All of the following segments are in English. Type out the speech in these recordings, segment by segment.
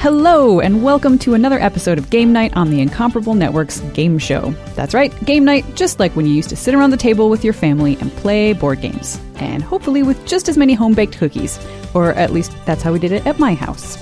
Hello, and welcome to another episode of Game Night on the Incomparable Network's Game Show. That's right, Game Night, just like when you used to sit around the table with your family and play board games, and hopefully with just as many home baked cookies, or at least that's how we did it at my house.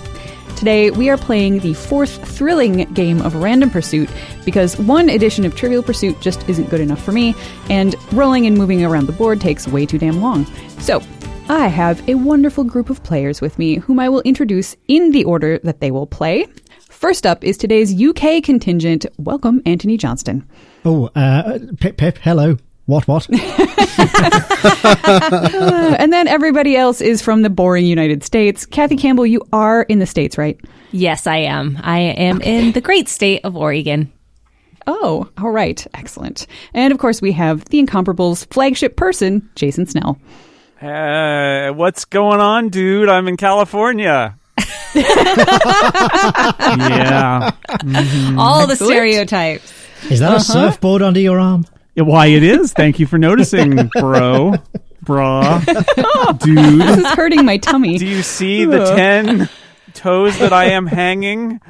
Today, we are playing the fourth thrilling game of Random Pursuit because one edition of Trivial Pursuit just isn't good enough for me, and rolling and moving around the board takes way too damn long. So, I have a wonderful group of players with me whom I will introduce in the order that they will play. First up is today's UK contingent. Welcome, Anthony Johnston. Oh, uh, Pip, Pip, hello. What, what? Uh, and then everybody else is from the boring United States. Kathy Campbell, you are in the States, right? Yes, I am. I am in the great state of Oregon. Oh, all right. Excellent. And of course, we have the Incomparables flagship person, Jason Snell. Hey, Uh, what's going on, dude? I'm in California. yeah. Mm. All the Excellent. stereotypes. Is Uh-huh. that a surfboard under your arm? Yeah, Why it is. Thank you for noticing, bro. Brah. Dude. This is hurting my tummy. Do you see the 10 toes that I am hanging?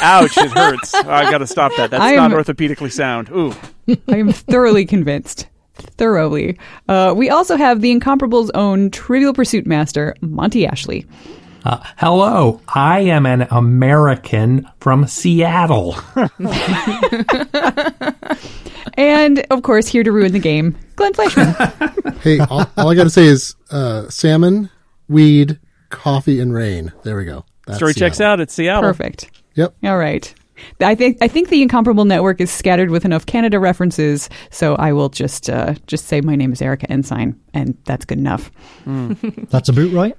Ouch, it hurts. I've got to stop that. That's I am- not orthopedically sound. Ooh. I am thoroughly convinced. Thoroughly. Uh, we also have the Incomparable's own Trivial Pursuit master, Monty Ashley. Hello, I am an American from Seattle. And, of course, here to ruin the game, Glenn Fleischman. Hey, all, all I got to say is uh, salmon, weed, coffee, and rain. There we go. That's Story checks Seattle. out. It's Seattle. Perfect. Yep. All right. I think I think the Incomparable Network is scattered with enough Canada references, so I will just uh, just say my name is Erica Ensign, and that's good enough. That's a boot, right?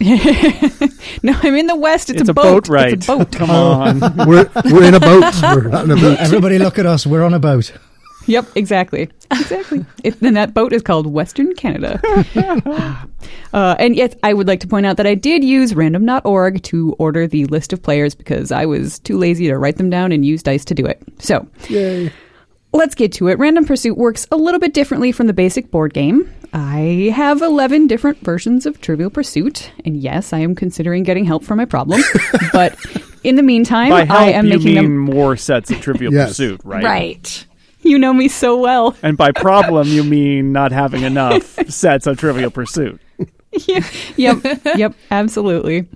No, I'm in the West. It's, It's a, a boat, right? right? It's a boat. Come on. We're, we're in a boat. We're not in a boat. Everybody look at us. We're on a boat. Yep, exactly. Exactly. it, then that boat is called Western Canada. uh, and yes, I would like to point out that I did use random.org to order the list of players because I was too lazy to write them down and use dice to do it. So Yay. let's get to it. Random Pursuit works a little bit differently from the basic board game. I have 11 different versions of Trivial Pursuit. And yes, I am considering getting help for my problem. but in the meantime, By help, I am you making mean them. more sets of Trivial Yes. Pursuit, right? Right. You know me so well. And by problem, you mean not having enough sets of Trivial Pursuit. Yeah. yep, yep, absolutely.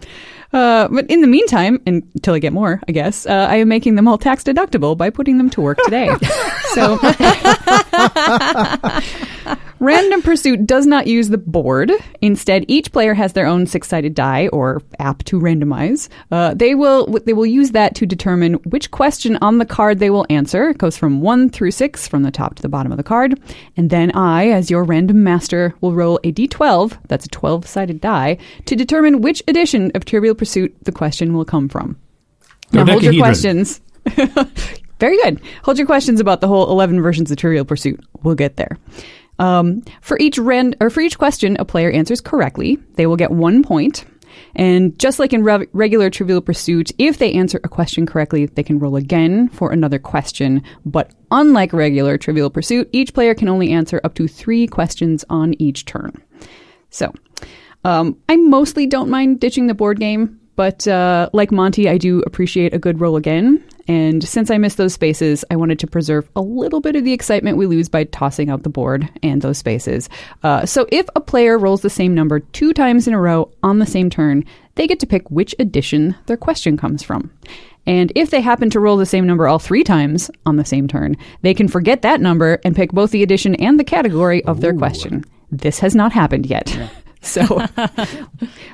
Uh, but in the meantime, and until I get more, I guess, uh, I am making them all tax deductible by putting them to work today. so, Random Pursuit does not use the board. Instead, each player has their own six-sided die or app to randomize. Uh, they will they will use that to determine which question on the card they will answer. It goes from one through six, from the top to the bottom of the card, and then I, as your random master, will roll a d12. That's a twelve-sided die to determine which edition of Trivial Pursuit the question will come from. Go now hold your decahedron. questions. Very good. Hold your questions about the whole 11 versions of Trivial Pursuit. We'll get there. Um, for each ran- or for each question a player answers correctly, they will get one point. And just like in rev- regular Trivial Pursuit, if they answer a question correctly, they can roll again for another question. But unlike regular Trivial Pursuit, each player can only answer up to three questions on each turn. So, um, I mostly don't mind ditching the board game, but uh, like Monty, I do appreciate a good roll again. And since I missed those spaces, I wanted to preserve a little bit of the excitement we lose by tossing out the board and those spaces. Uh, so if a player rolls the same number two times in a row on the same turn, they get to pick which edition their question comes from. And if they happen to roll the same number all three times on the same turn, they can forget that number and pick both the edition and the category of their question. This has not happened yet. So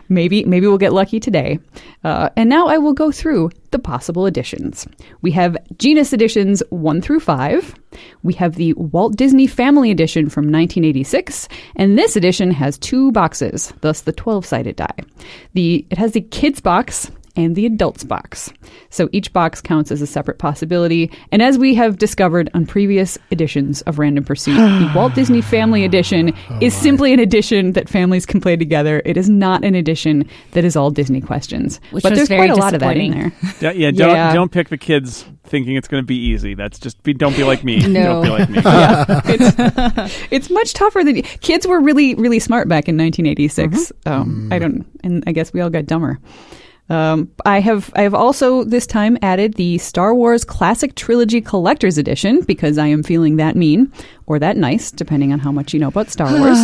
maybe maybe we'll get lucky today. Uh, and now I will go through the possible editions. We have genus editions one through five. We have the Walt Disney Family Edition from 1986, and this edition has two boxes, thus the 12-sided die. The it has the kids box and the adults box. So each box counts as a separate possibility. And as we have discovered on previous editions of Random Pursuit, the Walt Disney Family Edition is simply an edition that families can play together. It is not an edition that is all Disney questions. Which but was there's very quite a lot of that in there. disappointing. Yeah, yeah, don't Yeah. don't pick the kids thinking it's going to be easy. That's just be, don't be like me. Don't be like me. It's much tougher than kids Mm-hmm. Mm. were really, really smart back in 1986. Um, I don't, and I guess we all got dumber. Um, I have I have also this time added the Star Wars Classic Trilogy Collector's Edition because I am feeling that mean or that nice, depending on how much you know about Star Wars.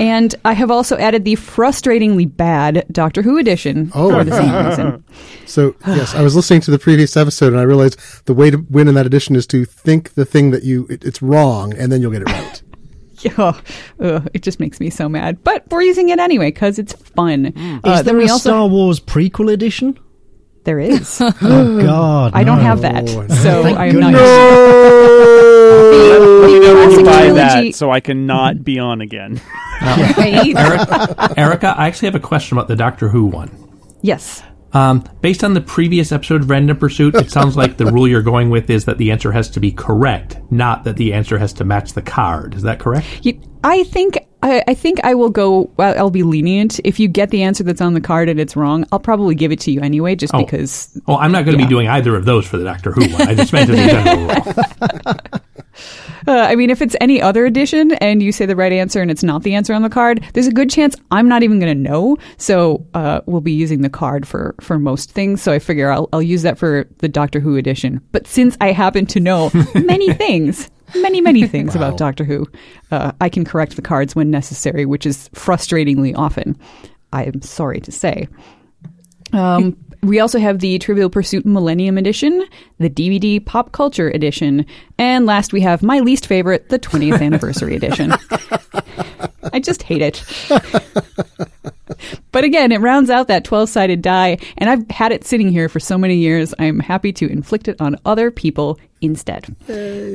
and I have also added the frustratingly bad Doctor Who edition Oh. for the same reason. So yes, I was listening to the previous episode and I realized the way to win in that edition is to think the thing that you it, it's wrong and then you'll get it right. Oh, ugh, it just makes me so mad. But we're using it anyway because it's fun. Uh, Mm. Is then there we a also- Star Wars prequel edition? There is. Oh God, I don't no. have that, Oh, so thank I am not. goodness. The- Let me the know when you classic buy trilogy- that so I can not be on again. Right? Erica, Erica, I actually have a question about the Doctor Who one. Yes. Um, based on the previous episode of Random Pursuit, it sounds like the rule you're going with is that the answer has to be correct, not that the answer has to match the card. Is that correct? You, I think I, I think I will go. Well, I'll be lenient. If you get the answer that's on the card and it's wrong, I'll probably give it to you anyway, just Oh. because. Well, I'm not going to be doing either of those for the Doctor Who one. I just meant as a general rule. Uh, I mean, if it's any other edition and you say the right answer and it's not the answer on the card, there's a good chance I'm not even going to know. So uh, we'll be using the card for for most things. So I figure I'll I'll use that for the Doctor Who edition. But since I happen to know many things. Many, many things about Doctor Who. Uh, I can correct the cards when necessary, which is frustratingly often. I am sorry to say. Um, we also have the Trivial Pursuit Millennium Edition, the DVD Pop Culture Edition, and last we have my least favorite, the 20th Anniversary Edition. I just hate it. but again, it rounds out that 12 sided die, and I've had it sitting here for so many years, I'm happy to inflict it on other people instead.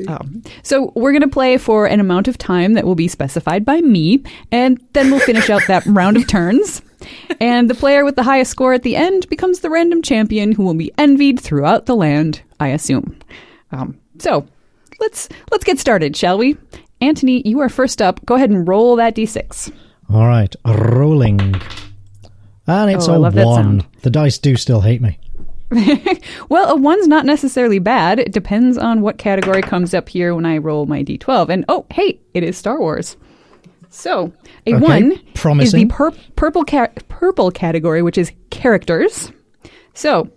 Um, so we're going to play for an amount of time that will be specified by me, and then we'll finish out that round of turns. And the player with the highest score at the end becomes the random champion who will be envied throughout the land, I assume. Um, so let's let's get started, shall we? Anthony, you are first up. Go ahead and roll that d6. All right, rolling, and it's Oh, I a love that one. sound. The dice do still hate me. Well, a one's not necessarily bad. It depends on what category comes up here when I roll my d12. And oh, hey, it is Star Wars. So a Okay, one is the promising. pur- purple ca- purple category, which is characters. So,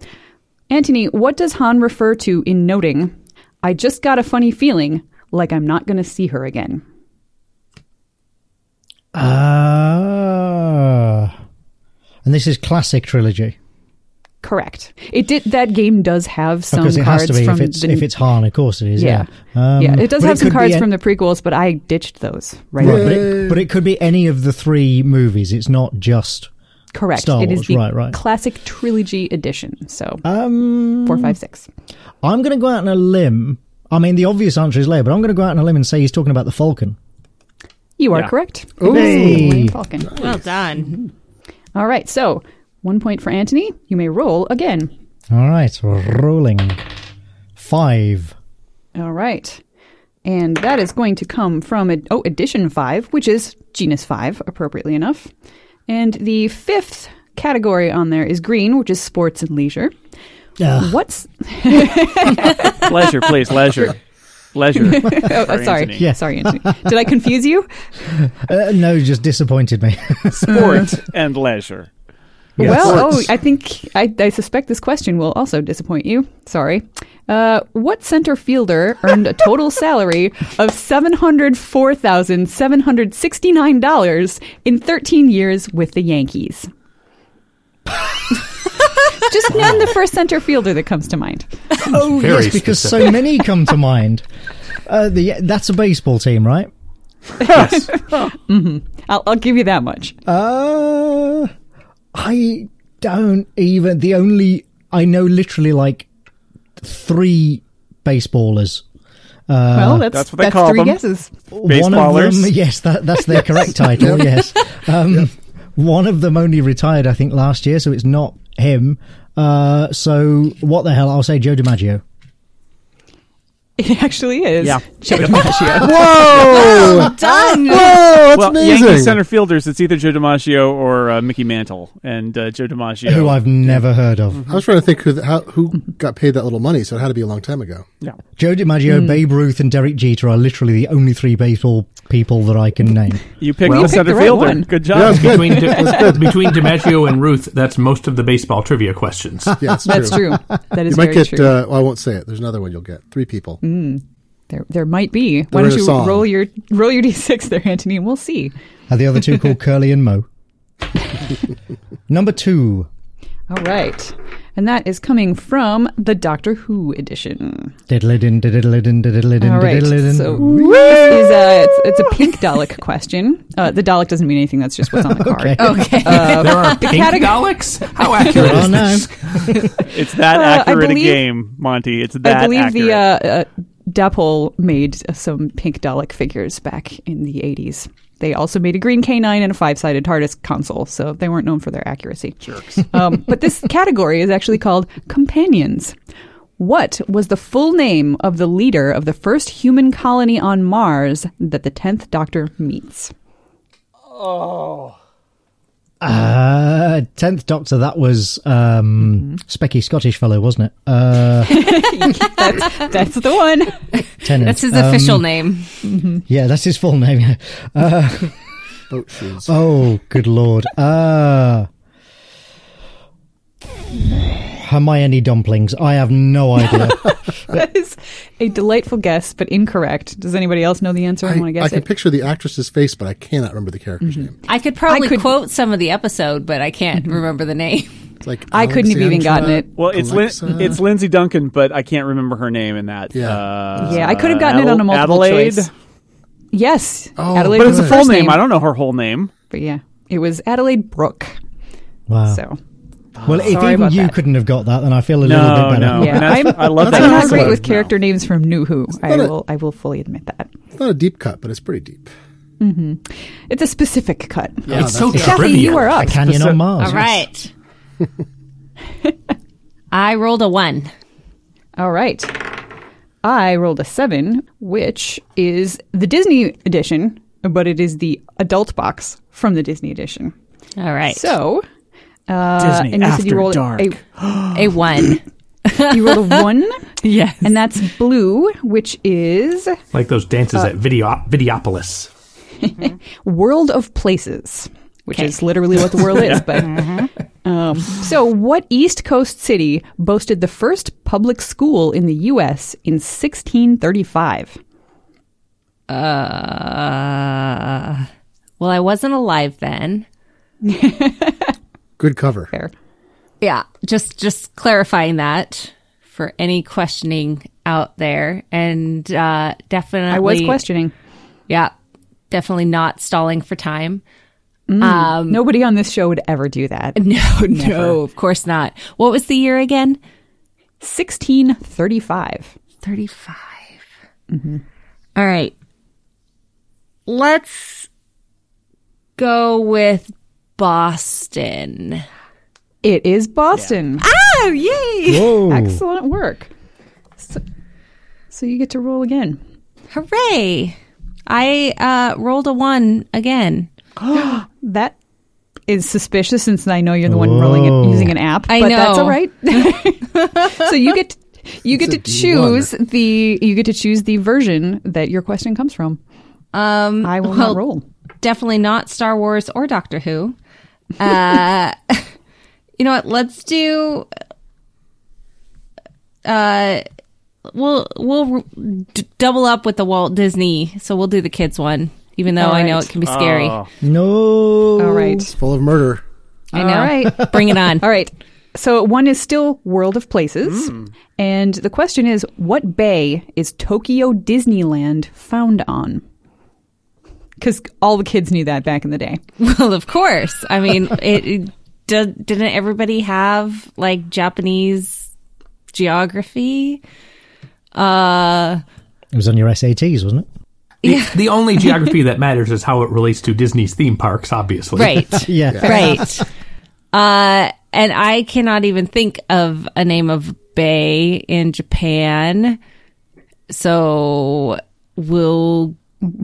Antony, what does Han refer to in noting? I just got a funny feeling, like I'm not going to see her again. Ah, and this is classic trilogy Correct. It did. That game does have some because Oh, it cards has to be from if it's the if it's Han, of course it is. yeah Yeah, Um, yeah. It does have some cards from the. the prequels, but I ditched those right. Right, away. but, it, but it could be any of the three movies. It's not just. Correct. Star it is Wars, the right, right. classic trilogy edition. So Um, four, five, six. I'm going to go out on a limb. I mean, the obvious answer is Leia, but I'm going to go out on a limb and say he's talking about the Falcon. You are correct. Hey. Millennium Falcon. Mm-hmm. Well done. All right. So one point for Antony. You may roll again. All right, rolling. Five. All right. And that is going to come from a, oh edition five, which is genus five, appropriately enough. And the fifth category on there is green, which is sports and leisure. Ugh. What's leisure, please, leisure, leisure. oh, for sorry, Antony. Yeah. sorry, Antony. Did I confuse you? Uh, no, just disappointed me. Sport and leisure. Well, oh, I think I, I suspect this question will also disappoint you. Sorry. Uh, what center fielder earned a total salary of seven hundred four thousand seven hundred sixty nine dollars in thirteen years with the Yankees? Just name the first center fielder that comes to mind. oh, Very yes, because so many come to mind. Uh, the, that's a baseball team, right? I'll, I'll give you that much. Uh, I don't even. The only I know literally like three baseballers. well, that's that's what they call three them. guesses. Baseballers? One of them, yes, that, that's their correct title. yes, um, one of them only retired, I think, last year, so it's not him. Uh, so what the hell? I'll say Joe DiMaggio. It actually is. Yeah. Joe DiMaggio. Whoa! Done. Oh, Whoa, that's well, amazing. Yankee center fielders, it's either Joe DiMaggio or uh, Mickey Mantle, and uh, Joe DiMaggio. Who I've never heard Mm. of. I was trying to think who the, how, who got paid that little money, so it had to be a long time ago. yeah. Mm. Joe DiMaggio, Babe Ruth, and Derek Jeter are literally the only three baseball people that I can name. You picked the Well- You picked center the right fielder. one. Good Yeah, job. it's good. Between, Di- between DiMaggio and Ruth, that's most of the baseball trivia questions. Yeah, it's That's true. true. That is You very might get. true. Mm. Uh, well, I won't say it. There's another one you'll get. Three people. there, there might be. Why There don't is a you song. roll your roll your d6 there, Anthony, and we'll see. Are the other two called Curly and Mo? Number two. All right, and that is coming from the Doctor Who edition. Diddle-a-din, diddle-a-din, diddle-a-din, All right. diddle-a-din. So this is a it's, it's a pink Dalek question. Uh, the Dalek doesn't mean anything. That's just what's on the card. Okay. Okay. there are pink categ- Daleks? How accurate Well, is no. this? It's that Uh, I accurate believe- a game, Monty. It's that I believe accurate. the uh, uh, Dapple made some pink Dalek figures back in the eighties. They also made a green canine and a five-sided TARDIS console, so they weren't known for their accuracy. Jerks. Um, but this category is actually called companions. What was the full name of the leader of the first human colony on Mars that the tenth Doctor meets? Uh, tenth Doctor, that was um, Mm-hmm. Specky Scottish fellow, wasn't it? Uh, That's the one. Tennant. That's his Um, official name. Yeah, that's his full name. yeah. Boat shoes. Oh, good lord. Uh, Hermione dumplings. I have no idea. That is a delightful guess, but incorrect. Does anybody else know the answer? I, and want to I guess can it. Mm-hmm. picture the actress's face, but I cannot remember the character's name. I could probably I could- Mm-hmm. quote some of the episode, but I can't remember the name. It's like I couldn't have even gotten Uh, it. well, it's Lin- Alexa. it's Lindsay Duncan, but I can't remember her name in that. Yeah. uh, Yeah, I could have gotten it on a multiple Adelaide, choice. yes, Oh, Adelaide but was it's a the full first name. I don't know her whole name. But yeah, it was Adelaide Brooke. Oh. Wow. So well, if sorry even about you that. couldn't have got that, then I feel a little No, bit better. no. Yeah. Oh, And that's- I'm- I love I'm that. not That's great what with I- character names from New Who. I not a- will I will fully admit that. It's not a deep cut, but it's pretty deep. It's a specific cut. It's so Kathy, trivial. you are A up. canyon Specific- on Mars. All right. I rolled a one. All right. I rolled a seven, which is the Disney edition, but it is the adult box from the Disney edition. All right. So uh, Disney and you said you After rolled Dark. a a one. You rolled a one, yes. and that's blue, which is Like those dances at Video- Videopolis. World of Places, which Okay. is literally what the world is. But um, so, what East Coast city boasted the first public school in the U.S. in 1635? Uh, well, I wasn't alive then. Good cover. Fair. Yeah. Just just clarifying that for any questioning out there, and uh, definitely I was questioning. Yeah, definitely not stalling for time. Um, Nobody on this show would ever do that. no, no, of course not. What was the year again? 1635. 35. Mm-hmm. All right. Let's go with Boston. It is Boston. Oh, yay! Whoa. Excellent work. So, so you get to roll again. Hooray! I uh, rolled a one again. That is suspicious since I know you're the one rolling Oh. it using an app. I but that's know. all right. so you get you get to It's a D1. choose the you get to choose the version that your question comes from. Um, I will well- not roll. Definitely not Star Wars or Doctor Who. Uh, you know what? Let's do. Uh, we'll we'll d- double up with the Walt Disney, so we'll do the kids one. Even though All I know right. it can be scary. Oh. No. All right. It's full of murder. I All know. right. Bring it on. All right. So one is still World of Places, Hmm. and the question is, what bay is Tokyo Disneyland found on? Because all the kids knew that back in the day. Well, of course. I mean, it, it do- didn't everybody have like Japanese geography? Uh, It was on your SATs, wasn't it? The, the only geography that matters is how it relates to Disney's theme parks, obviously. right, Yeah. right. Uh, and I cannot even think of a name of bay in Japan. So we'll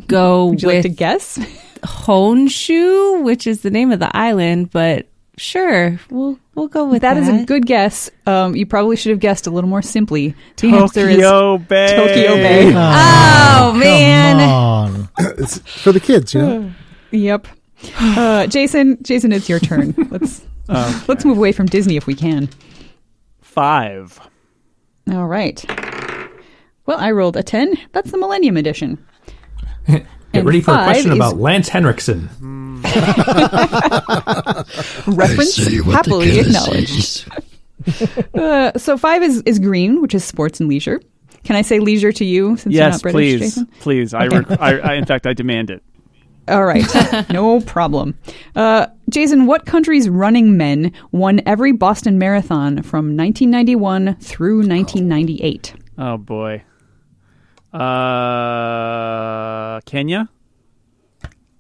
go Would you with like to guess? Honshu, which is the name of the island, but sure, we'll We'll go with That that. is a good guess. Um, you probably should have guessed a little more simply. The answer is Tokyo Bay. Tokyo Bay. Oh, man. Come on. It's for the kids, you know. Yep. Uh, Jason, Jason, it's your turn. Let's Um, let's move away from Disney if we can. Five. All right. Well, I rolled a ten. That's the Millennium Edition. Get And ready for a five question is- about Lance Henriksen. Reference happily acknowledged. Uh, so five is is green, which is sports and leisure. Can I say leisure to you since you're Yes, not British, please, Jason? please. I, re- I, I, in fact, I demand it. All right, no problem. Uh, Jason, what country's running men won every Boston Marathon from 1991 through 1998? Oh boy. Uh, Kenya.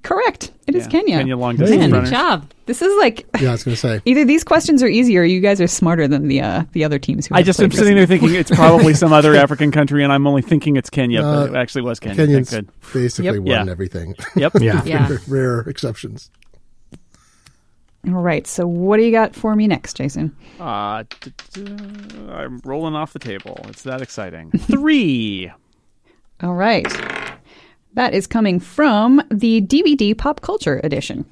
Correct. It is Kenya. Kenya long Man. distance Good runner. job. This is like Yeah, I was going to say. either these questions are easier. You guys are smarter than the uh, the other teams. Who I have just am played sitting recently. there thinking it's probably some other African country, and I'm only thinking it's Kenya, but it Uh, actually was Kenya. Thank Kenyans good. basically Yep. won Yeah. everything. Yep. Yeah. Yeah. Rare exceptions. All right. So what do you got for me next, Jason? Uh, d- d- I'm rolling off the table. It's that exciting. Three. All right. That is coming from the DVD Pop Culture Edition.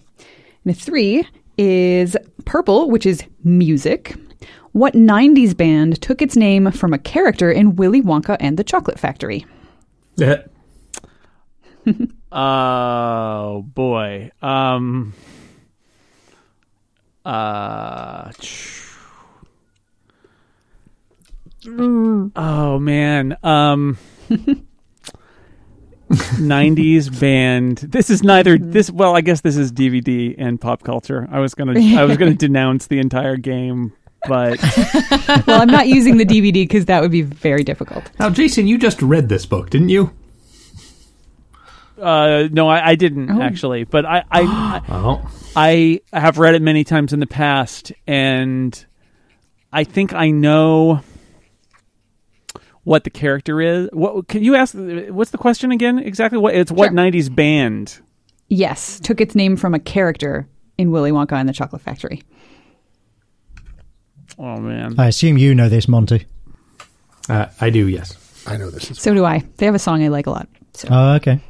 And three is purple, which is music. What 90s band took its name from a character in Willy Wonka and the Chocolate Factory? Yeah. Oh boy. Um. Uh. tch. Oh man. Um. 90s band. This is neither this well, I guess this is DVD and pop culture. I was going to I was going to denounce the entire game, but well, I'm not using the DVD because that would be very difficult. Now, Jason, you just read this book, didn't you? uh no, I, I didn't Oh. actually. But I I Oh. I have read it many times in the past, and I think I know what the character is. What can you ask? What's the question again? Exactly what it's what Sure. '90s band? Yes, took its name from a character in Willy Wonka and the Chocolate Factory. Oh man, I assume you know this, Monty. Uh, I do, yes. I know this is So do I. They have a song I like a lot. So Oh, okay.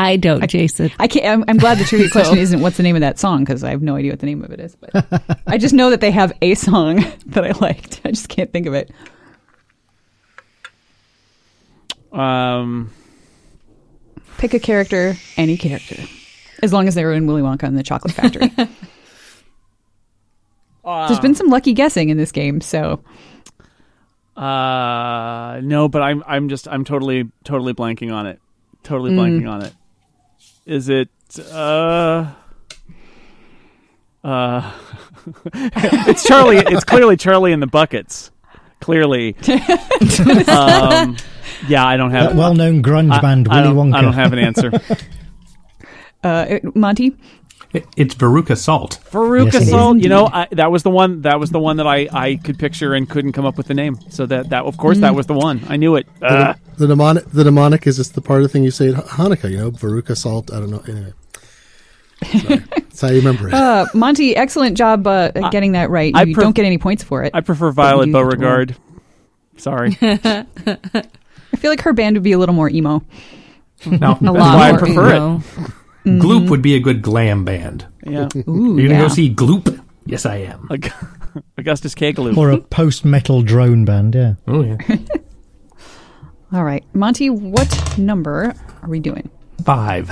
I don't, Jason. I can't. I'm, I'm glad the trivia question isn't what's the name of that song because I have no idea what the name of it is. But I just know that they have a song that I liked. I just can't think of it. um, Pick a character, any character, as long as they were in Willy Wonka and the Chocolate Factory. There's been some lucky guessing in this game, so uh, no, but I'm I'm just I'm totally totally blanking on it. Totally blanking on it. Is it uh? Uh, it's Charlie. It's clearly Charlie in the buckets. Clearly, um, yeah, I don't have That well known grunge I, band, I Willy don't, Wonka. I don't have an answer. uh, it- Monty. It, it's Veruca Salt. Farouk Yes, it is. Assault. You know, I, that was the one. That was the one that I, I could picture and couldn't come up with the name. So that that of course that was the one. I knew it. Uh, the mnemonic. The mnemonic is just the part of the thing you say at Han- Hanukkah. You know, Veruca salt. I don't know. Anyway, Sorry. that's how you remember it. Uh, Monty, excellent job uh, getting that right. I You pref- don't get any points for it. I I, prefer Violet you have to Beauregard. Sorry, that's feel like her band would be a little more emo. Now, A lot why I more prefer it. emo. Gloop would be a good glam band. Yeah, Ooh, Are you going to yeah. go see Gloop? Yes, I am. Ag- Augustus Cagaloo. or a post metal drone band, yeah. Oh, yeah. All right, Monty, what number are we doing? Five.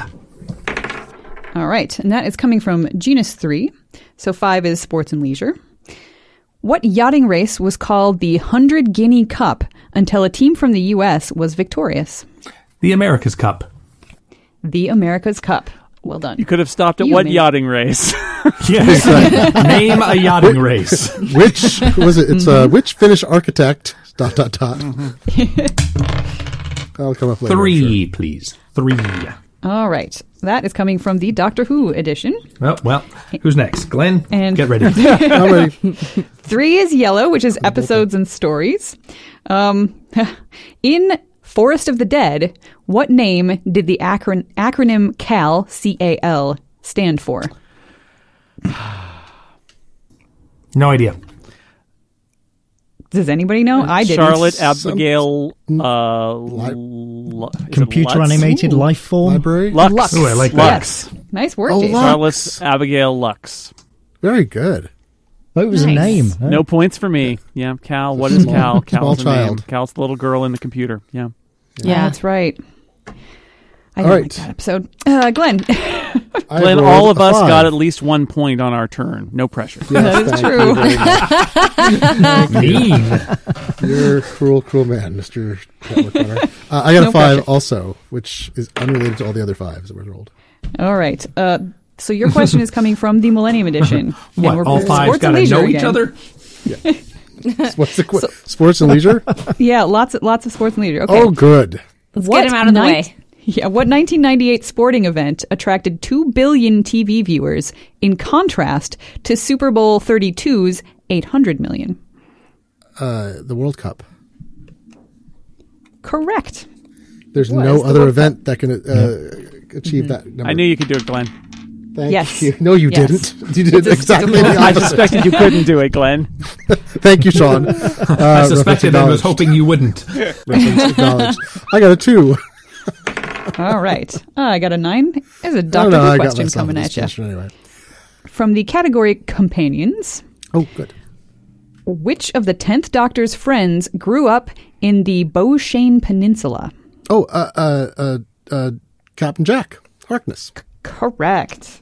All right, and that is coming from genus three. So five is sports and leisure. What yachting race was called the Hundred Guinea Cup until a team from the U.S. was victorious? The America's Cup. The America's Cup. Well done. You could have stopped at You what made- yachting race? Yes. Name a yachting race. Which was it? It's uh, which Finnish architect? Dot dot dot. I'll come up later. I'm sure. Three, please. Three. All right, that is coming from the Doctor Who edition. Oh, well, who's next? Glenn, And- get ready. I'm ready. Three is yellow, which is episodes and stories. Um, in Forest of the Dead, what name did the acron- acronym CAL C A L stand for? No idea. Does anybody know? I didn't. Charlotte Some- Abigail uh, Li- Lu- is it Computer Lutz? animated life form. Library. Lux. Lux. Ooh, I like that. Yes. Nice work, Oh, Jason. Lux. Charlotte Abigail Lux. Very good. Oh, it was a Nice. name. huh? No points for me. Yeah, Cal. What is Cal? Small- small Cal's a name. child. Cal's the little girl in the computer. Yeah. Yeah, Yeah. that's right. I All didn't like right. that episode. Uh, Glenn, I Glenn, rolled all of a us five. got at least one point on our turn. No pressure. That is true. thank You very much. Mean. You're a cruel, cruel man, Mister. uh, I got No a five pressure. also, which is unrelated to all the other fives that were rolled. all right. Uh, so your question is coming from the Millennium Edition. What? All sports five and got to leisure know each again. other. What's the qu- sports and leisure? Yeah, lots of lots of sports and leisure. Okay. Oh, good. Let's get him out of the way. Yeah, what 1998 sporting event attracted 2 billion TV viewers in contrast to Super Bowl 32's 800 million? Uh, the World Cup. Correct. There's no other event that can uh, achieve that number. I knew you could do it, Glenn. Thank Yes. you. No, you Yes. didn't. You did exactly the I opposite. suspected you couldn't do it, Glenn. Thank you, Sean. Uh, I reference suspected and was acknowledged. hoping you wouldn't. Reference acknowledged. I got a two. All right. Uh, I got a nine. There's a I Doctor don't know. how Who I got question myself in coming this at you. position anyway. From the category companions, Oh, good. which of the 10th Doctor's friends grew up in the Beauchene Peninsula? Oh, uh, uh, uh, uh, Captain Jack Harkness. Correct.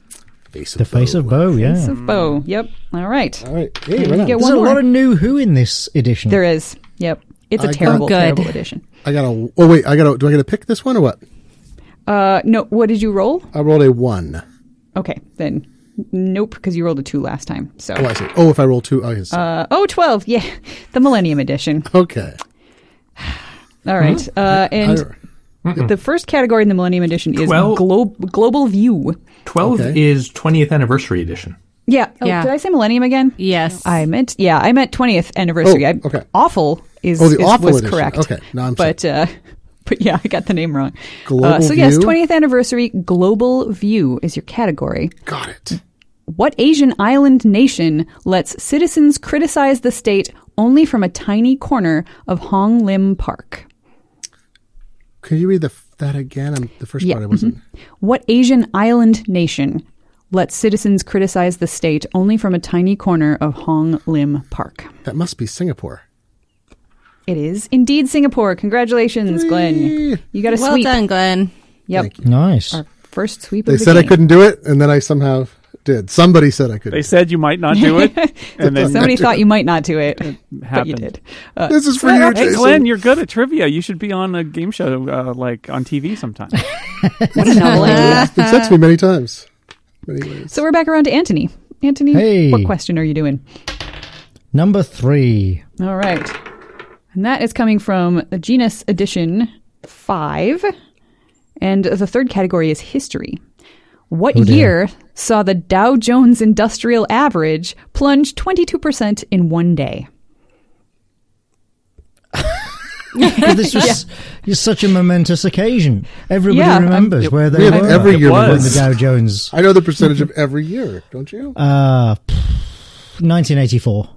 Face The face of Bo, yeah. So, Bo. Yep. All right. All right. Hey, right on. get There's One a lot more. of new Who in this edition. There is. Yep. It's a I got- terrible, Good. terrible edition. I got a. Oh wait, I got to Do I got to pick this one or what? Uh, no, what did you roll? I rolled a one. Okay, then nope, because you rolled a two last time. So, Oh, I see. Oh, if I roll two, oh, I see. uh, oh, 12, yeah, the Millennium Edition. okay. All right, uh, and I- the first category in the Millennium Edition is Twelve? glo- global view. 12 Okay. is 20th anniversary edition. Yeah. Oh, Yeah. Did I say Millennium again? Yes. I meant yeah. I meant twentieth anniversary. Oh, I- okay. Awful is, Oh, the is- awful was edition. correct. Okay. No, I'm but uh, but yeah, I got the name wrong. uh, Global so yes, View? twentieth anniversary global view is your category. Got it. What Asian island nation lets citizens criticize the state only from a tiny corner of Hong Lim Park? Can you read the that again? I'm, the first part I wasn't. What Asian island nation lets citizens criticize the state only from a tiny corner of Hong Lim Park? That must be Singapore. It is indeed Singapore. Congratulations, Glenn. You got a Well sweep. done, Glenn. Yep. Nice. First sweep They of the said I game. couldn't do it, and then I somehow did. Somebody said I could. They said you might not do it, and then Somebody thought you might not do it, but you happened. did. Uh, This is for so you, that's- Hey, Jason. Glenn, you're good at trivia. You should be on a game show, uh, like on TV sometime. What a novel idea. It's been said to me many times. Many ways. So we're back around to Anthony. Anthony, Hey. what question are you doing? Number three. All right. And that is coming from the Genus Edition 5. And the third category is history. What Oh, dear. year saw the Dow Jones Industrial Average plunge 22% in one day? 'Cause this was it's such a momentous occasion. Everybody Yeah, um, remembers where they we have were every when year we was. the Dow Jones. I know the percentage of every year, don't you? Uh, pff, 1984.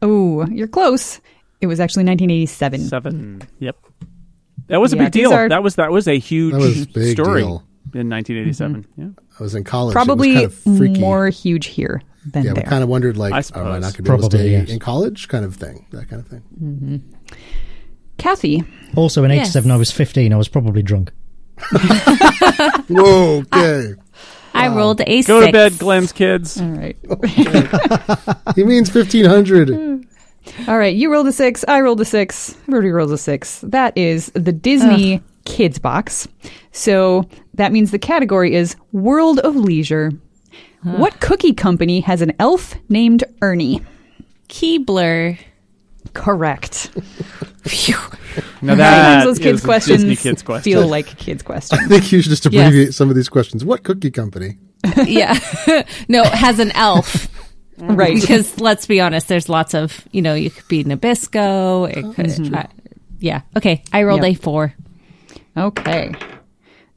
Oh, you're close. It was actually 1987. Seven. Yep. That was a Yeah, big these deal. are- That was that was a huge That was a big story deal. in 1987. Mm-hmm. Yeah. I was in college. Probably it was kind of freaky. more huge here than Yeah, we there. kind of wondered, like, I oh, am I not going to be able to Probably, stay yes. in college? Kind of thing. That kind of thing. Kathy, Also, in Yes. 87, I was 15. I was probably drunk. Whoa, okay. I rolled a six. Go to bed, Glenn's kids. all right. he means Hmm. 1500. All right, you rolled a six. I rolled a six. Everybody rolls a six. That is the Disney Kids Box. So that means the category is World of Leisure. What cookie company has an elf named Ernie? Keebler. Correct. Now Sometimes that those Mm-hmm. kids' is a Disney questions kids question. feel like kids' questions. I think you should just Yes. abbreviate some of these questions. What cookie company? yeah. no, has an elf. right. Because let's be honest, there's lots of, you know, you could be Nabisco. Oh. It could, I- yeah. Okay. I rolled Yep. a four. Okay.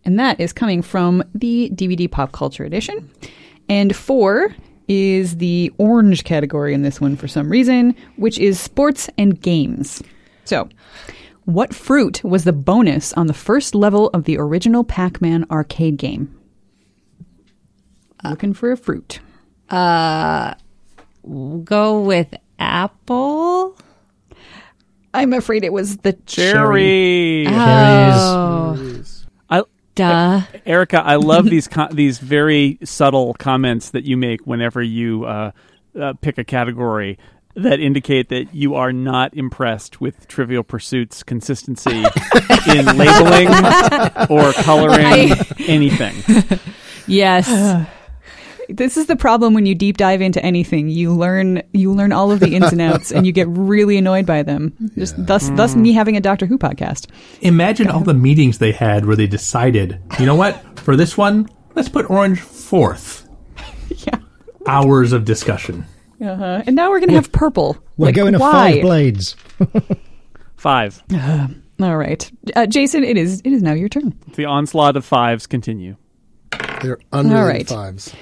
And that is coming from the DVD Pop Culture Edition. And four is the orange category in this one for some reason, which is sports and games. So, what fruit was the bonus on the first level of the original Pac Man arcade game? Looking for a fruit. Go with apple. I'm afraid it was the Cherry. Oh, I, duh. Erica, I love these co- these very subtle comments that you make whenever you uh, uh, pick a category that indicate that you are not impressed with Trivial Pursuit's consistency in labeling or coloring anything. Yes. This is the problem when you deep dive into anything. You learn you learn all of the ins and outs, and you get really annoyed by them. Just thus, thus Hmm. me having a Doctor Who podcast. Imagine all the meetings they had where they decided, you know what, for this one, let's put orange fourth. Yeah, Hours of discussion. uh-huh. and now we're gonna have purple. We're Like, going to why? five blades. Five. All right, uh, Jason, it is it is now your turn. The onslaught of fives continue. They're under All right. fives.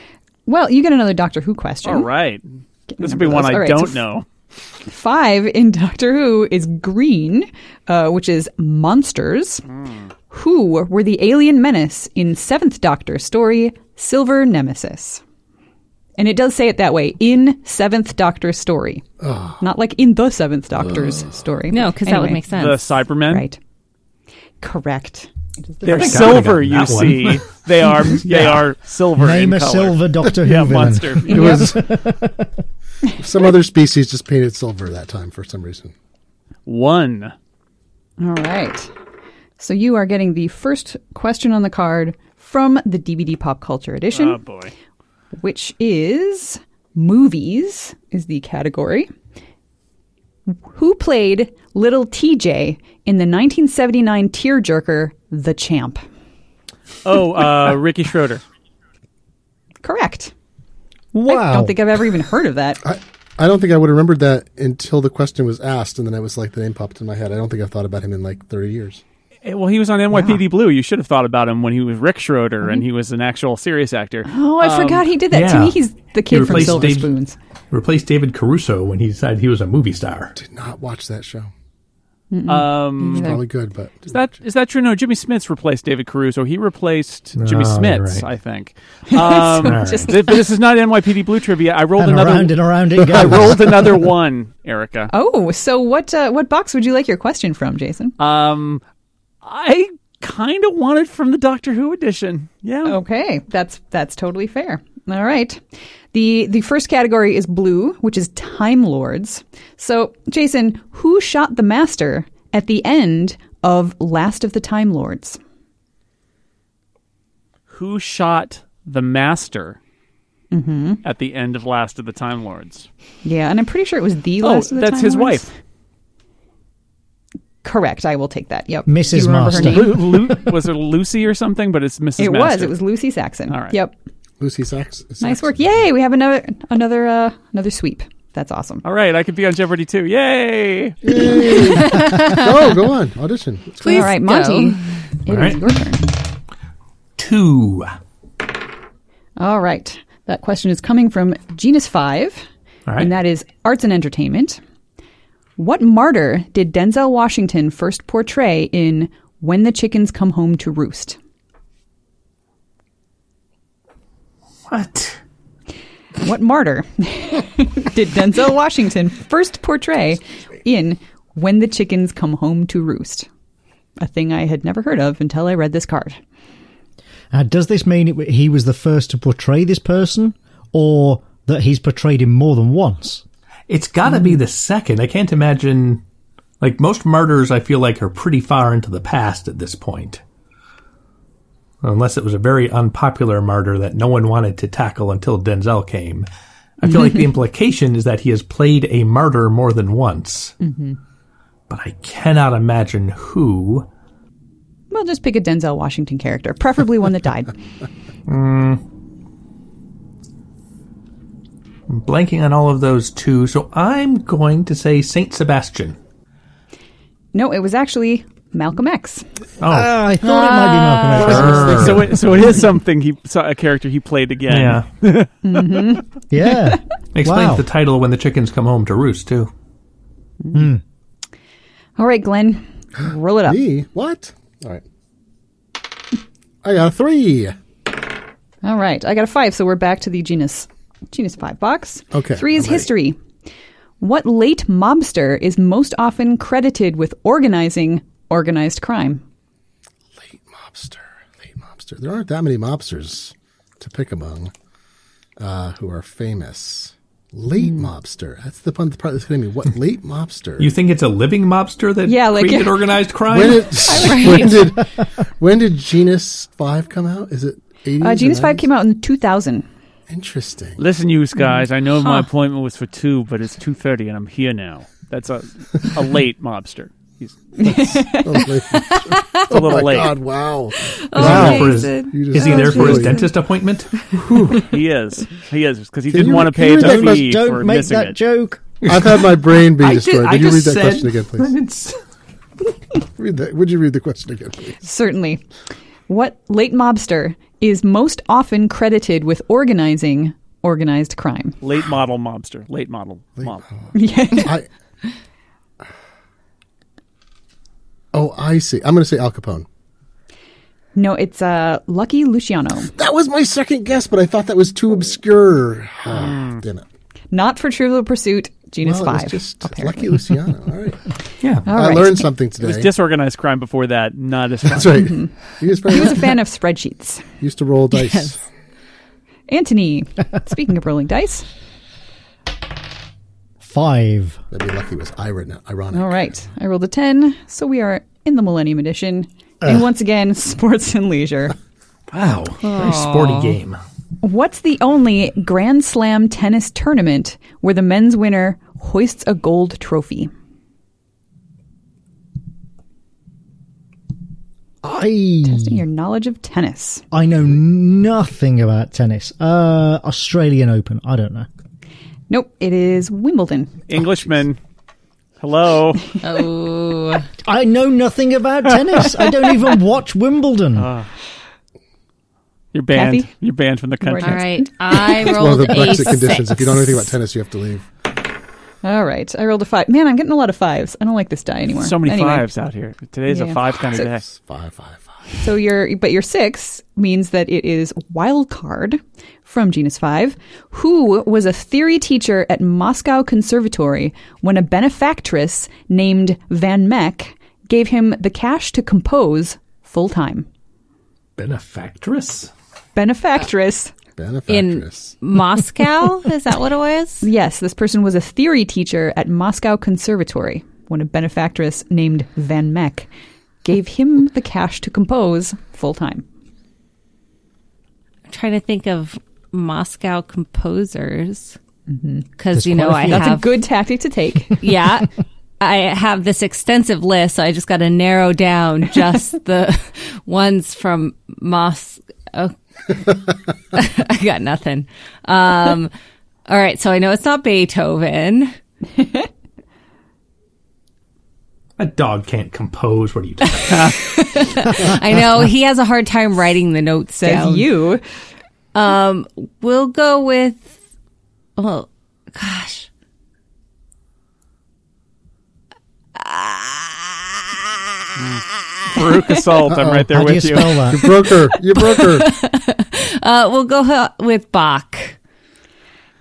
Well, you get another Doctor Who question. All right. This would number be of one those. I All right, so don't f- know. Five in Doctor Who is green, uh, which is monsters. Who were the alien menace in Seventh Doctor story Silver Nemesis? And it does say it that way in Seventh Doctor story, not like in the Seventh Doctor's story. No, because that would Anyway, make sense. The Cybermen. right. Correct. They're think I silver, would've you gotten that see. They are they are silver. Name in a color. silver Doctor Who Yeah, villain. monster. It was some other species just painted silver that time for some reason. One. All right. So you are getting the first question on the card from the DVD Pop Culture Edition. Oh boy. which is movies is the category. Who played little TJ in the 1979 tearjerker The Champ? Oh, uh, Ricky Schroeder. Correct. Wow. I don't think I've ever even heard of that. Uh, I, I don't think I would have remembered that until the question was asked, and then I was like, the name popped in my head. I don't think I've thought about him in like 30 years. Eh, Well, he was on NYPD Blue. You should have thought about him when he was Rick Schroeder and he was an actual serious actor. Oh, I forgot he did that. To um, yeah. me, he's the kid He from replaced Silver Dave- Spoons. Replace David Caruso when he decided he was a movie star. Did not watch that show. Um, Probably good, but is that is that true? No, Jimmy Smith's replaced David Caruso. He replaced Jimmy Oh, Smith's, right. I think. Um, All right. th- but this is not NYPD Blue trivia. I rolled and another. around and around it I goes. rolled another one, Erica. Oh, so what uh, what box would you like your question from, Jason? Um, I kind of wanted from the Doctor Who edition. Yeah. Oh. Okay, that's that's totally fair. All right. The the first category is blue, which is Time Lords. So, Jason, who shot the master at the end of Last of the Time Lords? Who shot the Master at the end of Last of the Time Lords? Yeah, and I'm pretty sure it was the Oh, Last of the that's Time his Lords. wife. Correct. I will take that. Yep. Mrs. Do you remember her Master. name? Lu- Lu- was it Lucy or something? But it's Mrs. It was. Master. It was Lucy Saxon. All right. Yep. Lucy Sachs. Nice work. Yay, we have another another uh, another sweep. That's awesome. All right, I could be on Jeopardy too. Yay! Oh, go on. Audition. Please All right, Monty. go. it is All right. your turn. Two. All right. That question is coming from Genus 5, All right. and that is arts and entertainment. What martyr did Denzel Washington first portray in When the Chickens Come Home to Roost? What? What martyr did Denzel Washington first portray in When the Chickens Come Home to Roost? A thing I had never heard of until I read this card. Now, Uh, does this mean it, w- he was the first to portray this person, or that he's portrayed him more than once? It's got to be the second. I can't imagine. Like most martyrs, I feel like are pretty far into the past at this point. Unless it was a very unpopular martyr that no one wanted to tackle until Denzel came. I feel like the implication is that he has played a martyr more than once. But I cannot imagine who. Well, just pick a Denzel Washington character, preferably one that died. I'm blanking on all of those two, so I'm going to say Saint Sebastian. No, it was actually Malcolm X. Oh, Ah, I thought it might be Malcolm X. sure. So it, so it is something he so a character he played again. yeah. Yeah. Explains Wow. the title when the chickens come home to roost too. All right, Glenn, roll it up. Me? What? All right. I got a three. All right, I got a five, so we're back to the genus genus five box. Okay, three is I'm ready. history. What late mobster is most often credited with organizing organized crime? Late mobster. Late mobster. There aren't that many mobsters to pick among uh, who are famous. Late Hmm. mobster. That's the fun part that's going to be. What late mobster? You think it's a living mobster that Yeah, like- created organized crime? when, it, when did when did Genus Five come out? Is it 80s Uh, or genus five 90s? came out in two thousand. Interesting. Listen, you guys, I know my appointment was for two, but it's two thirty, and I'm here now. That's a a late mobster. He's Oh, late mobster. a little my late. God! Wow. Is he there for his- Oh, Jason. You just- Is he there for his Really? dentist appointment? He is. He is because he Can didn't you- want to can pay you the read that- fee Don't for make missing that it. joke. I've had my brain being just- destroyed. Did you just read that said- question again, please? It's- Read that. Would you read the question again, please? Certainly. What late mobster is most often credited with organizing organized crime? Late model mobster. Late model mob. I. Oh, I see. I'm going to say Al Capone. No, it's uh, Lucky Luciano. That was my second guess, but I thought that was too obscure. Oh, damn it. Not for Trivial Pursuit, genus Well, it was Hmm. five. just apparently. Lucky Luciano. All right. yeah. All I right. learned something today. It was disorganized crime before that. Not as That's fun. right. He was He probably was a fan of spreadsheets. used to roll dice. Yes. Anthony, speaking of rolling dice, Five. That'd be lucky was iron- ironic. all right, I rolled a 10, so we are in the Millennium Edition. And once again, sports and leisure. Wow. Very sporty game. What's the only Grand Slam tennis tournament where the men's winner hoists a gold trophy? I Testing your knowledge of tennis. I know nothing about tennis. Uh, Australian Open. I don't know. Nope, it is Wimbledon. Englishman. Hello. Oh, I know nothing about tennis. I don't even watch Wimbledon. Ah, You're banned. Kathy? You're banned from the country. all right. I rolled One of the a Brexit six. conditions. If you don't know anything about tennis, you have to leave. All right, I rolled a 5. Man, I'm getting a lot of 5s. I don't like this die anymore. So many Anyway, fives out here. Today's Yeah. a five kind of day. It's Five, five, five. So your but your six means that it is wild card from genus five, who was a theory teacher at Moscow Conservatory when a benefactress named Van Meck gave him the cash to compose full time. Benefactress? Benefactress. Benefactress. Moscow? Is that what it was? Yes, this person was a theory teacher at Moscow Conservatory when a benefactress named Van Meck gave him the cash to compose full time. I'm trying to think of Moscow composers because you know quite a I few. have That's a good tactic to take. yeah. I have this extensive list, so I just got to narrow down just the ones from Moscow. I got nothing. Um, all right, so I know it's not Beethoven. A dog can't compose. What are you talking about? I know he has a hard time writing the notes Says down. you. Um, we'll go with, well, gosh. Baruch Assault. I'm right there How do you with you. spell that? You broke her. You broke her. Uh, we'll go ho- with Bach.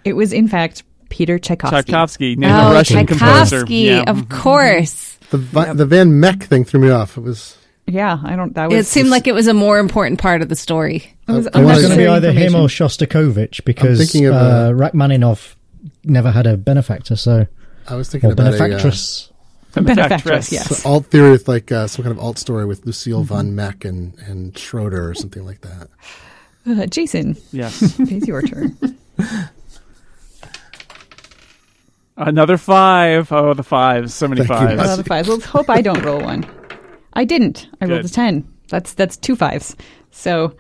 It was, in fact, Peter Tchaikovsky. Tchaikovsky, named a Russian composer. Oh, Tchaikovsky, of course. The, Vi- the Van Meck thing threw me off. It was. Yeah, I don't. That was. It seemed like it was a more important part of the story. it was It's I was going to unnecessary be either him information. or Shostakovich because I'm thinking of, uh, uh, Rachmaninoff never had a benefactor, so I was thinking or about a, uh, benefactress. benefactress. Benefactress. Yes. alt theory with like uh, some kind of alt story with Lucille Mm-hmm. von Meck and, and Schroeder or something like that. Uh, Jason, Yes. it's your turn. Another five. Oh, the fives. So many Thank you. fives. Roll the fives. Let's hope I don't roll one. I didn't. I rolled a Good. ten. That's that's two fives. So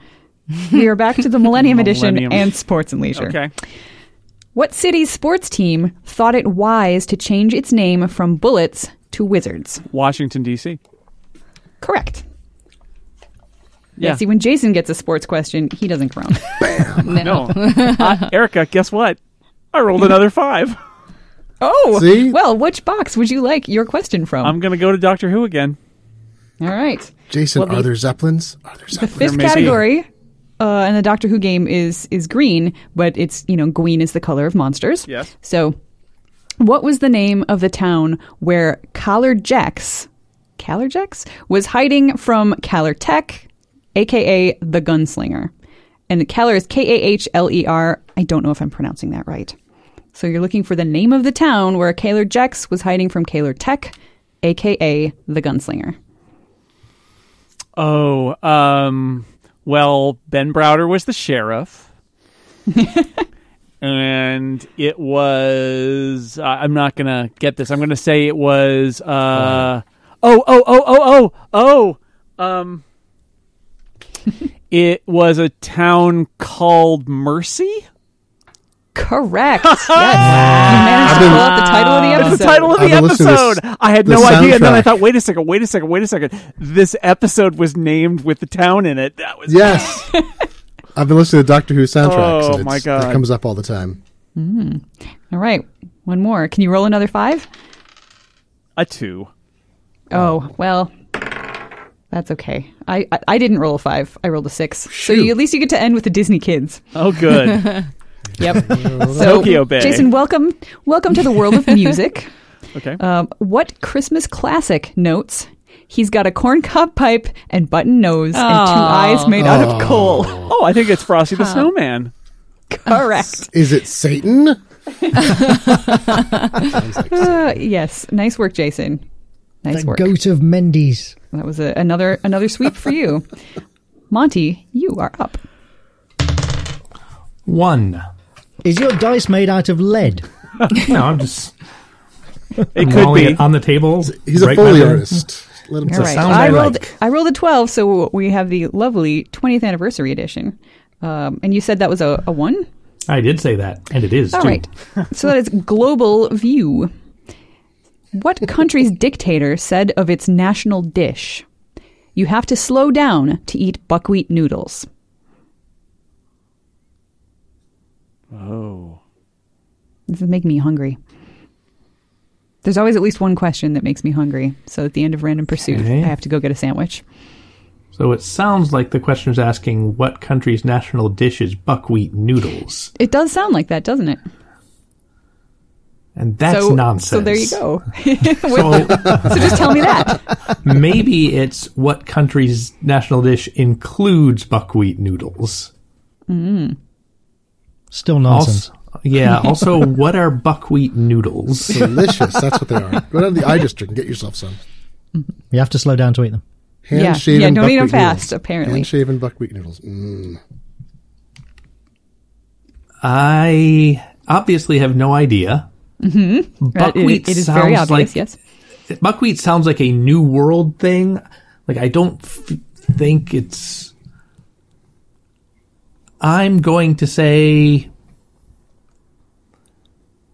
we are back to the Millennium Edition Millennium. and sports and leisure. Okay. What city's sports team thought it wise to change its name from Bullets to Wizards? Washington D.C. Correct. Yeah. Yeah. See, when Jason gets a sports question, he doesn't groan. Oh! no. Uh, Erica, guess what? I rolled another five. oh, See? well, which box would you like your question from? I'm going to go to Doctor Who again. All right. Jason, Well, the- are there Zeppelins? Are there The Zeppelins? fifth may be. category uh, in the Doctor Who game is is green, but it's you know green is the color of monsters. Yes. So, what was the name of the town where Collar Jax, Collar Jax, was hiding from Caller Tech, aka the Gunslinger, and Caller is K A H L E R. I don't know if I'm pronouncing that right. So you're looking for the name of the town where Caller Jax was hiding from Caller Tech, aka the Gunslinger. Oh, um, well, Ben Browder was the sheriff. and it was. I I'm not going to get this. I'm going to say it was. Uh, oh, oh, oh, oh, oh, oh. Um, it was a town called Mercy. Correct. yes. You managed to pull out the title of the episode. That's the title of I've the been listening to this- episode. I had the no idea. And then I soundtrack. thought, wait a second, wait a second, wait a second. This episode was named with the town in it. That was Yes. I've been listening to Doctor Who soundtracks. Oh, and it's- my That God. comes up all the time. All right. One more. Can you roll another five? a two. Oh, well. That's okay. I, I, I didn't roll a five. I rolled a six. So Phew. you, at least you get to end with the Disney kids. Oh, good. Yep. so, Tokyo Bay. Jason, welcome, welcome to the world of music. okay. Um, what Christmas classic notes? He's got a corncob pipe and button nose and two Aw. eyes made out of coal. oh, I think it's Frosty the Snowman. Correct. Is it Satan? Uh, yes, nice work, Jason. Nice The work. goat of Mendes. That was a, another another sweep for you, Monty. You are up. One. Is your dice made out of lead? No, I'm just It could rolling be. it on the table. He's a right by Foley the- artist. Let him All right, sound I I rolled like. I rolled a twelve, so we have the lovely twentieth anniversary edition. Um, and you said that was a, a one. I did say that, and it is All too. right, so that is global view. What country's dictator said of its national dish? You have to slow down to eat buckwheat noodles. Oh. This is making me hungry. There's always at least one question that makes me hungry. So at the end of Random Pursuit, Okay. I have to go get a sandwich. So it sounds like the question is asking what country's national dish is buckwheat noodles, It does sound like that, doesn't it? and that's so, nonsense. So there you go. So so just tell me that. maybe it's what country's national dish includes buckwheat noodles. Still nonsense. Also, yeah. Also, what are buckwheat noodles? delicious. That's what they are. Go down to the eye district and get yourself some. you have to slow down to eat them. Hand Yeah. shaven Yeah, don't eat 'em buckwheat fast, noodles. apparently. Hand shaven buckwheat noodles. Mm. I obviously have no idea. Mm-hmm. It- Buckwheat it is sounds very obvious. like yes. buckwheat sounds like a new world thing. Like I don't f- think it's. I'm going to say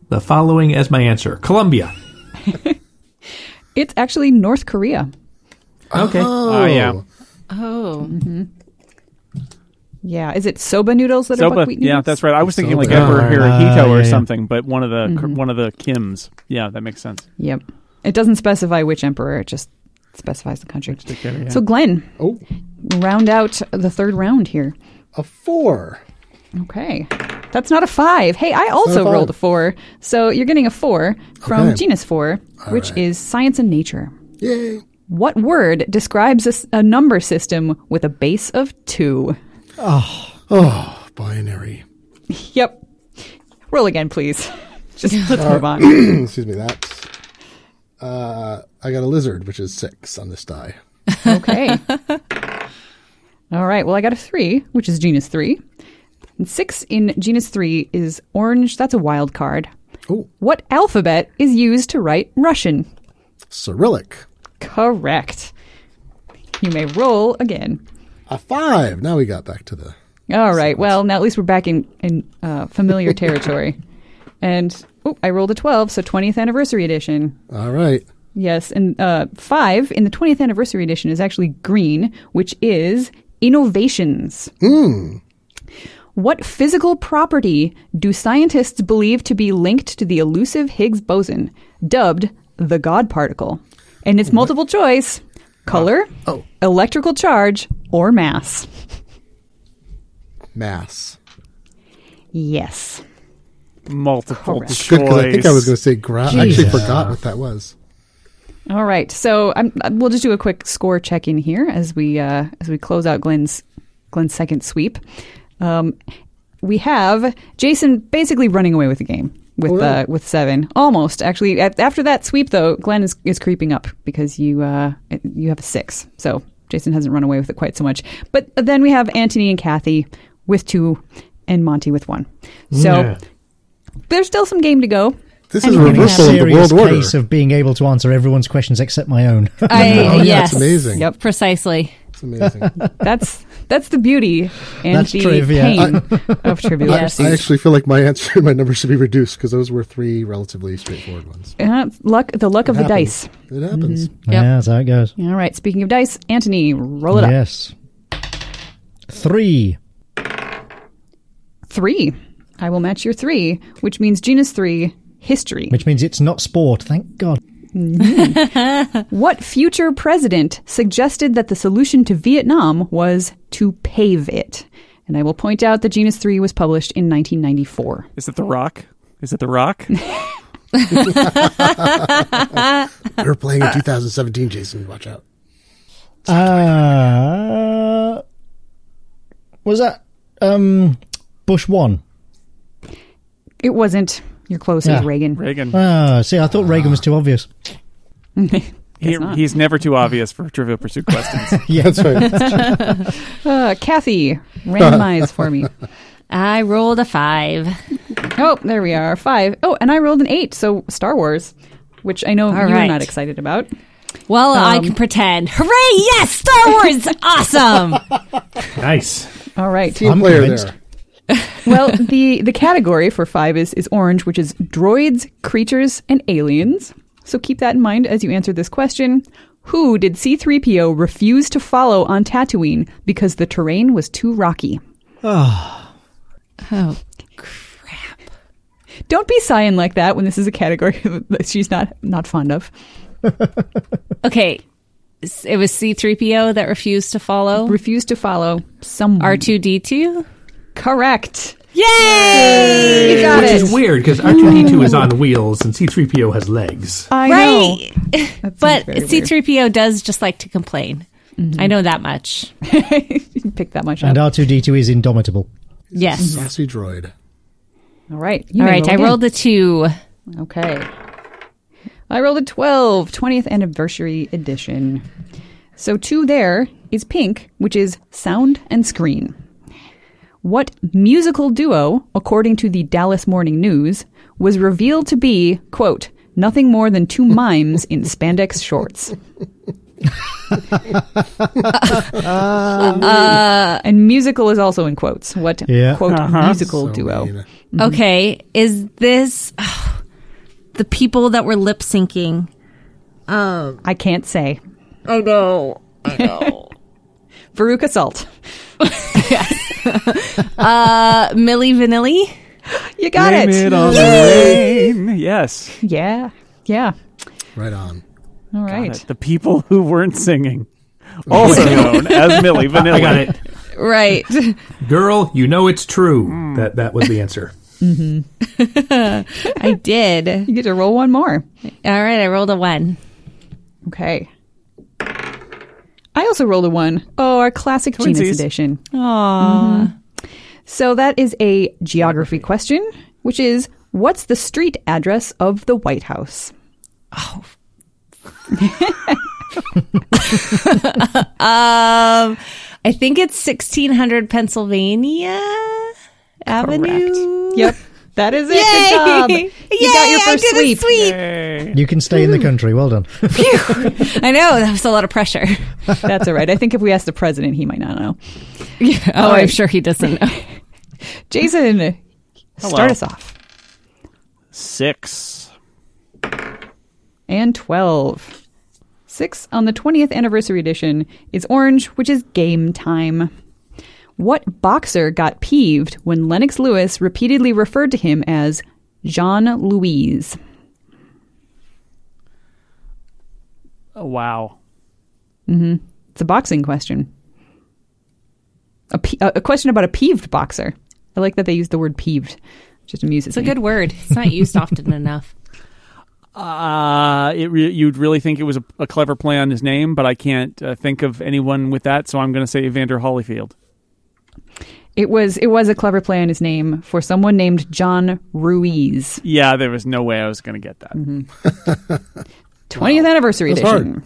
the following as my answer: Colombia. It's actually North Korea. Okay. Oh, yeah. Oh, Yeah. Is it soba noodles that are Soba. buckwheat noodles? Yeah, that's right. I was thinking like Soba. Emperor Hirohito Ah, or yeah, yeah. something, but one of the Mm-hmm. one of the Kims. Yeah, that makes sense. Yep. It doesn't specify which emperor. It just specifies the country. dictator, yeah. So Glenn, Oh, round out the third round here. a four. Okay. That's not a five. Hey, I also a five. rolled a four. So you're getting a four from Okay. genus four, which right. is science and nature. Yay. What word describes a, s- a number system with a base of two? Oh, binary. Yep. Roll again, please. Just let's Uh, move on. Excuse me. That's. Uh, I got a lizard, which is six on this die. Okay. All right. Well, I got a three, which is genus three. And six in genus three is orange. That's a wild card. Oh, What alphabet is used to write Russian? Cyrillic. Correct. You may roll again. A five. Now we got back to the. All right. Well, now at least we're back in, in uh, familiar territory. and oh, I rolled a 12, so 20th anniversary edition. All right. Yes, and uh, five in the 20th anniversary edition is actually green, which is innovations. What physical property do scientists believe to be linked to the elusive Higgs boson, dubbed the God particle? And it's multiple choice color, Oh. electrical charge, or mass. Mass. Yes. Multiple Correct. choice. Good, 'cause I think I was going to say gra- I actually forgot what that was. All right. So I'm, uh, we'll just do a quick score check in here as we uh, as we close out Glenn's Glenn's second sweep. Um, we have Jason basically running away with the game with uh, with seven almost actually. A- after that sweep though, Glenn is, is creeping up because you uh, you have a six. So Jason hasn't run away with it quite so much. But then we have Anthony and Kathy with two, and Monty with one. So Yeah. there's still some game to go. This is And a you can Having a reversal of the serious world order. case of being able to answer everyone's questions except my own. I, Oh, yeah, yes. it's amazing. Yep. Precisely. It's amazing. That's that's the beauty and That's the trivia. pain of Trivial I- I Pursuit. actually feel like my answer my number should be reduced because those were three relatively straightforward ones. Uh, luck, the luck of the It dice. happens. It happens. Yep. Yeah, that's how it goes. All right. Speaking of dice, Anthony, roll it up. Yes. Three. Three. I will match your three, which means Gina's three. History. Which means it's not sport, thank God. What future president suggested that the solution to Vietnam was to pave it? And I will point out that Genus 3 was published in 1994. Is it The Rock? Is it The Rock? We're playing in 2017, Jason. Watch out. Uh, was that um, Bush one? It wasn't. You're close. It was Yeah. Reagan. Reagan. Ah, see, I thought Reagan was too obvious. He, not. he's never too obvious for Trivial Pursuit questions. Yeah, That's right. Uh, Kathy, randomize for me. I rolled a five. Oh, there we are. Five. Oh, and I rolled an eight. So Star Wars, which I know All you're right. not excited about. Well, I Um, can pretend. Hooray! Yes, Star Wars, awesome. Nice. All right. Team I'm player convinced. there. well, the the category for five is is orange, which is droids, creatures, and aliens. So keep that in mind as you answer this question. Who did C3PO refuse to follow on Tatooine because the terrain was too rocky? Oh, Don't be sighing like that when this is a category that she's not not fond of. okay. S- It was C-3PO that refused to follow Refuse to follow someone. R2-D2. Correct. Yay! You got Which it. is weird because R2D2 is on wheels and C3PO has legs. I know. Right. That seems But very weird. C-3PO does just like to complain. I know that much. You pick that much and up. R two D two is indomitable. Yes. Sassy droid. All right. You All may right, roll I again. rolled a two. Okay. I rolled a 12, 20th anniversary edition. So two there is pink, which is sound and screen. What musical duo, according to the Dallas Morning News, was revealed to be, quote, nothing more than two mimes in spandex shorts? Ah. Uh, and musical is also in quotes. What, Yeah. quote, musical So duo? mean. Okay, is this the people that were lip syncing? I can't say. I know. I know. Veruca Salt. uh, Millie Vanilli? You got Blame it. it on the rain. Yes. Yeah. Yeah. Right on. All Got right. it. The people who weren't singing. Also known as Millie Vanilli. I got it. Right. Girl, you know it's true. Hmm. That that was the answer. I did. You get to roll one more. All right, I rolled a one. Okay. I also rolled a one. Oh, our classic Twinsies. genus edition. Mm-hmm. So that is a geography question, which is what's the street address of the White House? Um, I think it's 1600 Pennsylvania Avenue. Yep. That is it. Yay! Good job. Yay! You got your first I did sweep. a sweep. You can stay in the country. Well done. I know that was a lot of pressure. That's all right. I think if we asked the president, he might not know. oh, right. I'm sure he doesn't know. Jason, start us off. Six. and 12. Six on the 20th anniversary edition is orange, which is game time. What boxer got peeved when Lennox Lewis repeatedly referred to him as Jean Louise? Oh, wow. It's a boxing question. A, pe- a a question about a peeved boxer. I like that they use the word peeved. It Just amuses It's a me. good word. It's not used often enough. Uh, it re- you'd really think it was a, a clever play on his name, but I can't uh, think of anyone with that, so I'm going to say Evander Holyfield. It was it was a clever play on his name for someone named John Ruiz. Yeah, there was no way I was going to get that. Mm-hmm. 20th anniversary That's edition.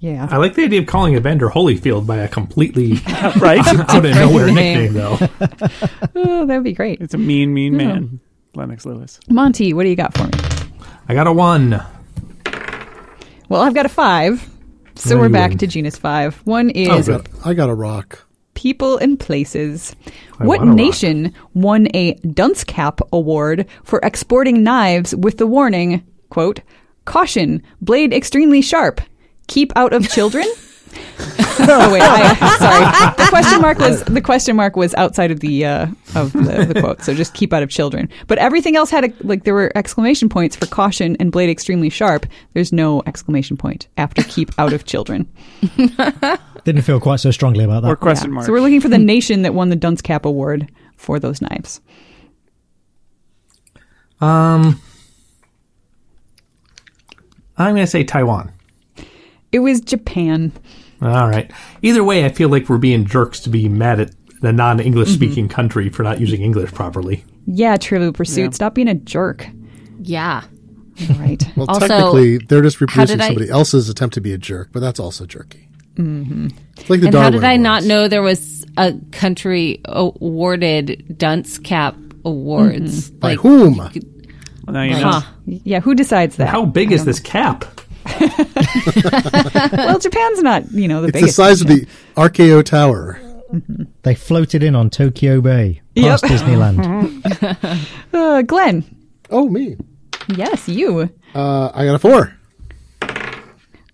Yeah. I like the idea of calling Evander Holyfield by a completely Right? out of nowhere Name. nickname, though. Oh, that'd be great. it's a mean, mean man, Lennox Lewis. Monty, what do you got for me? I got a one. Well, I've got a 5. So No, we're you back wouldn't. to genus 5. One Oh, is good. I got a rock. people and places. I what want a rock. nation won a dunce cap award for exporting knives with the warning, quote, caution, blade extremely sharp, keep out of children? oh wait, I, sorry. The question mark was the question mark was outside of the uh, of the, the quote, so just keep out of children. But everything else had a, like there were exclamation points for caution and blade extremely sharp. There's no exclamation point after keep out of children. Didn't feel quite so strongly about that. Or question Yeah. mark. So we're looking for the nation that won the Dunce Cap Award for those knives. Um, I'm going to say Taiwan. It was Japan. All right. Either way, I feel like we're being jerks to be mad at a non-English Mm-hmm. speaking country for not using English properly. Yeah, Trivial Pursuit. Stop being a jerk. Yeah. All right. Well, Also, technically, they're just reproducing did I- somebody else's attempt to be a jerk, but that's also jerky. Mm-hmm. It's like the And how Darwin did I not Awards. know there was a country awarded dunce cap awards? By whom? Now you know. huh. yeah, who decides that? How big is this cap? well, Japan's not, you know, the It's the biggest. size of the RKO Tower. They floated in on Tokyo Bay past Disneyland. uh, Glenn. Oh, me. Yes, you. Uh, I got a four.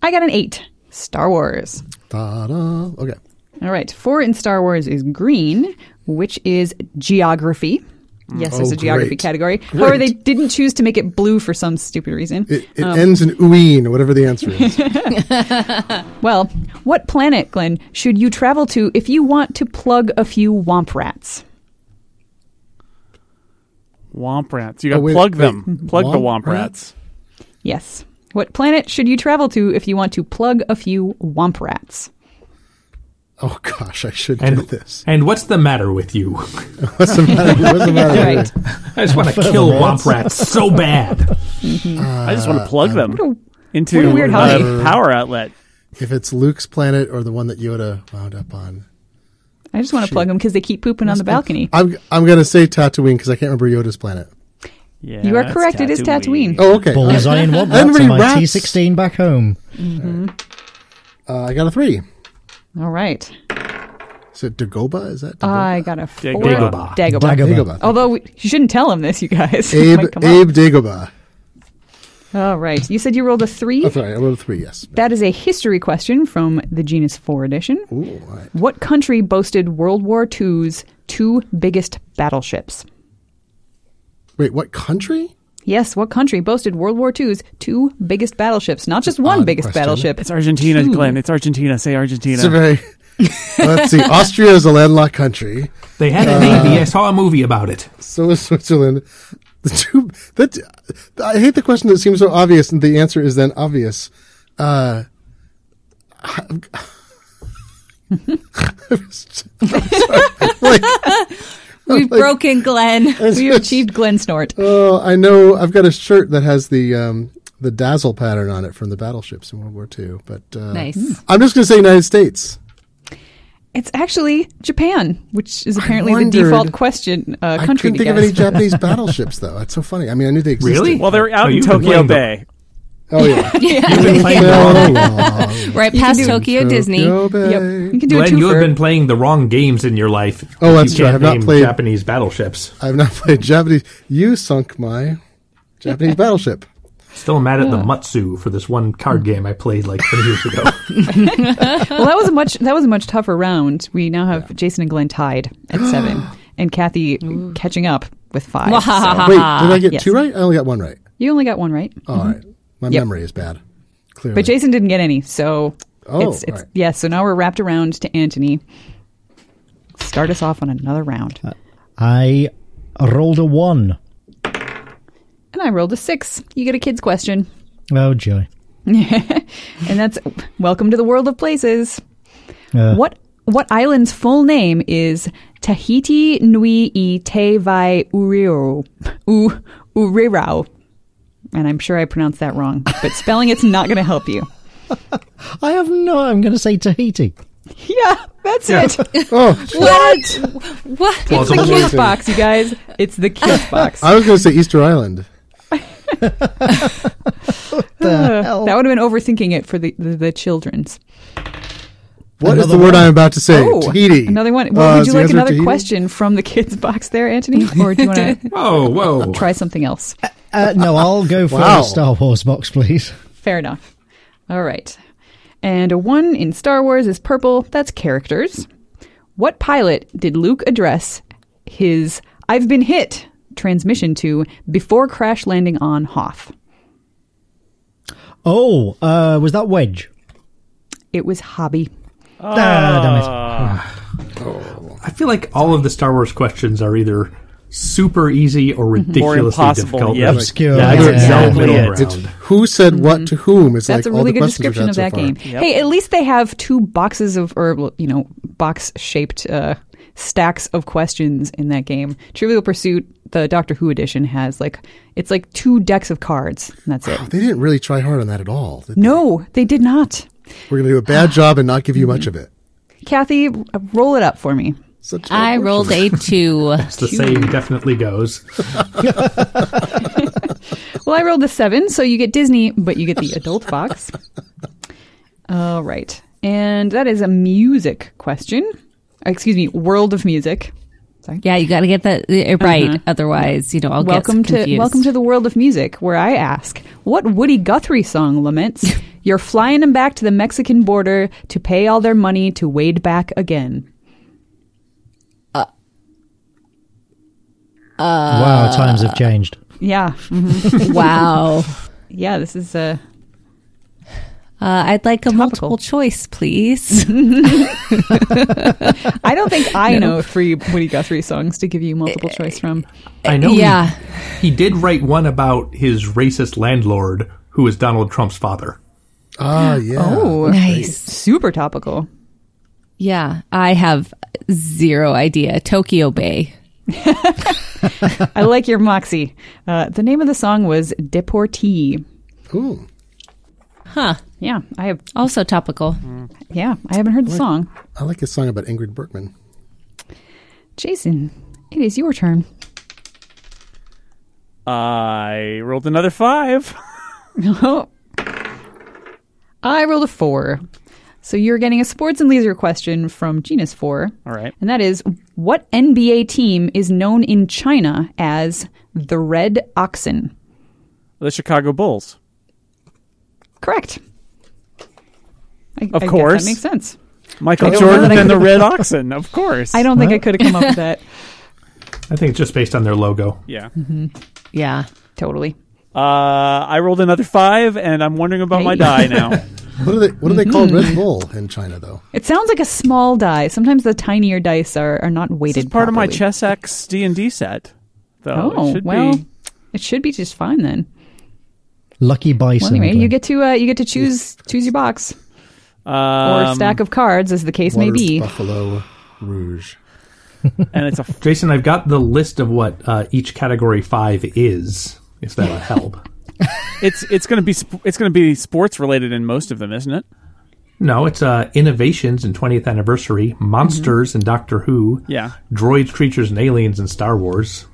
I got an eight. Star Wars. Ta-da. Okay. All right. Four in Star Wars is green, which is geography. Yes, there's Oh, a geography great. category. However, they Great. didn't choose to make it blue for some stupid reason. It, it Um. ends in ooeen, whatever the answer is. Well, what planet, Glenn, should you travel to if you want to plug a few womp rats? Womp rats. You got to Oh, wait, plug wait. them. Plug the Womp womp rats. Yes. What planet should you travel to if you want to plug a few womp rats? oh, gosh, I should And do this. and what's the matter with you? What's the matter? What's the matter? Right. I just want to kill womp rats so bad. I just want to plug them Uh, what into a weird a hobby. power outlet. If it's Luke's planet or the one that Yoda wound up on. I just want to plug them because they keep pooping on the balcony. I'm, I'm going to say Tatooine because I can't remember Yoda's planet. Yeah, You are that's correct. It is Tatooine. Oh, okay. Bullseye and Wob Rats Everybody on my rats. T16 back home. Uh, I got a three. All right. Is it Dagoba? Is that Dagoba? I got a four. Dagobah. Dagobah. Dagobah. Although we, you shouldn't tell him this, you guys. It Abe, might come Abe Dagobah. up. All right. You said you rolled a three. That's right. I wrote a three, yes. That is a history question from the Genus 4 edition. Ooh, all right. What country boasted World War II's two biggest battleships? Wait, what country? Yes, what country boasted World War II's two biggest battleships? Not just one odd biggest question. battleship. It's Argentina, Glenn. It's Argentina. Say Argentina. It's a very. Let's see. Austria is a landlocked country. They had a Uh, navy. I saw a movie about it. So is Switzerland. The two. That I hate the question that seems so obvious, and the answer is then obvious. Uh, I'm sorry. Like, We've broken Glenn. We achieved Glenn Snort. oh, I know. I've got a shirt that has the um, the dazzle pattern on it from the battleships in World War II. But uh, Nice. I'm just going to say United States. It's actually Japan, which is apparently the wondered- default question uh, I country to couldn't think of guess. any Japanese battleships, though. That's so funny. I mean, I knew they existed. Really? well, they're Oh, out in you can Tokyo blame them. Bay. Oh yeah. You've been playing the wrong- Oh, Right past Tokyo Disney. Bay. Yep. You can do Glenn, a you have twofer. been playing the wrong games in your life. Oh, You that's true. I can't have not name played- Japanese battleships. I've not played Japanese. You sunk my Japanese battleship. Still mad at the Mutsu for this one card game I played like 20 years ago. well, that was a much that was a much tougher round. We now have Jason and Glenn tied at seven, and Kathy catching up with five. so- Wait, did I get Yes. two right? I only got one right. You only got one right, Oh, all right. My Yep. memory is bad. Clearly. but Jason didn't get any. So Oh, it's, it's right. yeah. So now we're wrapped around to Anthony. Start us off on another round, I rolled a one. and I rolled a six. You get a kid's question, Oh joy. and that's welcome to the world of places. Uh, What what island's full name is Tahiti Nui i Te Vai Uriru U Urirau? And I'm sure I pronounced that wrong, but spelling it's not going to help you. I have no. I'm going to say Tahiti. Yeah, that's it. oh, What? What? It's the Plausible kiss reason. box, you guys. It's the kiss box. I was going to say Easter Island. Uh, that would have been overthinking it for the the, the children's. What is Another the word one. I'm about to say? Tahiti. Oh, another one. Uh, Well, would you is the like answer another Tahiti? question from the kids box there, Anthony, or do you want to Whoa, whoa. try something else? Uh, no, I'll go for Wow. the Star Wars box, please. Fair enough. All right. And a one in Star Wars is purple. That's characters. What pilot did Luke address his I've been hit transmission to before crash landing on Hoth? Oh, uh, was that Wedge? It was Hobby. Ah, I feel like all of the Star Wars questions are either super easy or ridiculously impossible, difficult. yep. Obscure, Yeah, either yeah. exact Exactly middle it. ground. It's who said what to whom is Mm-hmm. That's like a all really the good questions we've description had of so that far. game. Hey, at least they have two boxes of, or well, you know, box shaped uh, stacks of questions in that game. Trivial Pursuit, the Doctor Who edition, has like it's like two decks of cards. And that's it. Wow, They didn't really try hard on that at all. No, they did not. We're going to do a bad job and not give you much of Mm-hmm. it. Kathy, r- roll it up for me. Such a- I rolled a two. It's the saying definitely goes. Well, I rolled a seven, so you get Disney, but you get the adult box. All right. And that is a music question. Uh, Excuse me, world of music. Yeah, you got to get that uh, right. Otherwise, you know, I'll Welcome get confused. to welcome to the world of music, where I ask, what Woody Guthrie song laments? You're flying them back to the Mexican border to pay all their money to wade back again. Ah. wow, times have changed. Yeah, mhm. wow. Uh, yeah. This is uh, Uh, I'd like a Topical. multiple choice, please. I don't think I know three Woody Guthrie songs to give you multiple choice from. I know. he- yeah. He, did write one about his racist landlord, who is Donald Trump's father. Ah, yeah. Oh. Nice. super topical. Yeah, I have zero idea. Tokyo Bay. I like your moxie. Uh, the name of the song was Deportee. Ooh. Huh. Yeah, I have. Also topical. Yeah, I haven't heard the song. I like his song about Ingrid Bergman. Jason, it is your turn. I rolled another five. I rolled a four, so you're getting a sports and leisure question from Genus Four, All right. and that is what NBA team is known in China as the Red Oxen? The Chicago Bulls. Correct. I, I Of guess course. that makes sense. I Michael don't know that Jordan I and the could've- Red Oxen, of course. I don't think I could have come up with that I think it's just based on their logo. Yeah. Mm-hmm. Yeah. totally. Uh, I rolled another five, and I'm wondering about my Hey. die now. What do they What do they call Mm-hmm. Red Bull in China though? It sounds like a small die. Sometimes the tinier dice are, are not weighted. This is part of my properly. Chess X D and D set, though. Oh it should well, be. it should be just fine then. Lucky Bison. Well, anyway, you Glenn. get to uh, you get to choose choose your box or Um, stack of cards, as the case may Water be. Buffalo Rouge. and it's a f- Jason, I've got the list of what uh, each category five is, if that'll help. it's it's going to be sp- it's going to be sports related in most of them, isn't it? No, it's uh, innovations and 20th anniversary, monsters and Doctor Who, Yeah. droids, creatures, and aliens in Star Wars,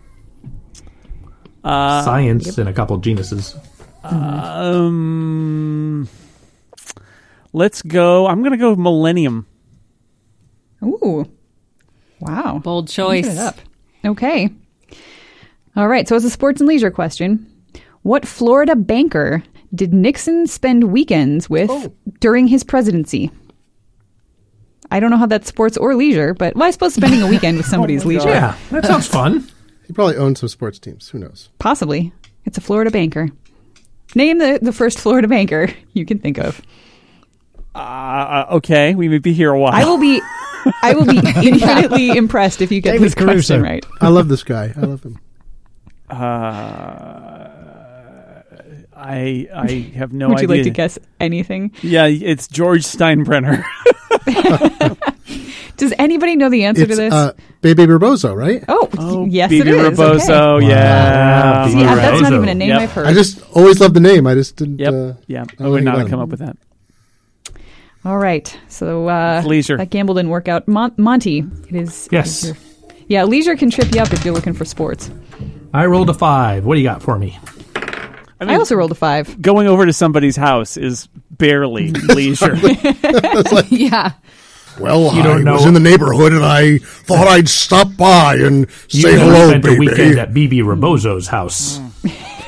Uh, science, and a couple genuses. um, let's go. I'm going to go Millennium. Ooh, wow, Bold Look choice. it up. Okay, all right. So it's a sports and leisure question. What Florida banker did Nixon spend weekends with Oh. during his presidency? I don't know how that's sports or leisure, but well, I suppose spending a weekend Oh with somebody's leisure. Yeah, that sounds fun. He probably owned some sports teams. Who knows? Possibly. It's a Florida banker. Name the, the first Florida banker you can think of. Uh, okay, we may be here a while. I will be I will be infinitely impressed if you get David this question Caruso. right. I love this guy. I love him. I I have no Would you idea. like to guess anything? Yeah, it's George Steinbrenner. Does anybody know the answer to It's this? uh, Bebe Barbozo, right? oh, yes, Bebe it is. Okay. Rebozo. Yeah, Wow. See, I- that's not Rebozo. even a name Yep. I've heard. I just always loved the name. I just didn't. Yep. Uh, yeah. I I would think not about have it. come up with that. All right. So uh, It's leisure. That gamble didn't work out. Mon- Monty, it is. Yes. it is your- yeah, leisure can trip you up if you're looking for sports. I rolled a five. What do you got for me? I I mean, also rolled a five. going over to somebody's house is barely leisure. yeah. Well, You don't I know- was in the neighborhood and I thought I'd stop by and You say never hello, spent a weekend baby. at BB Rebozo's house. Hmm.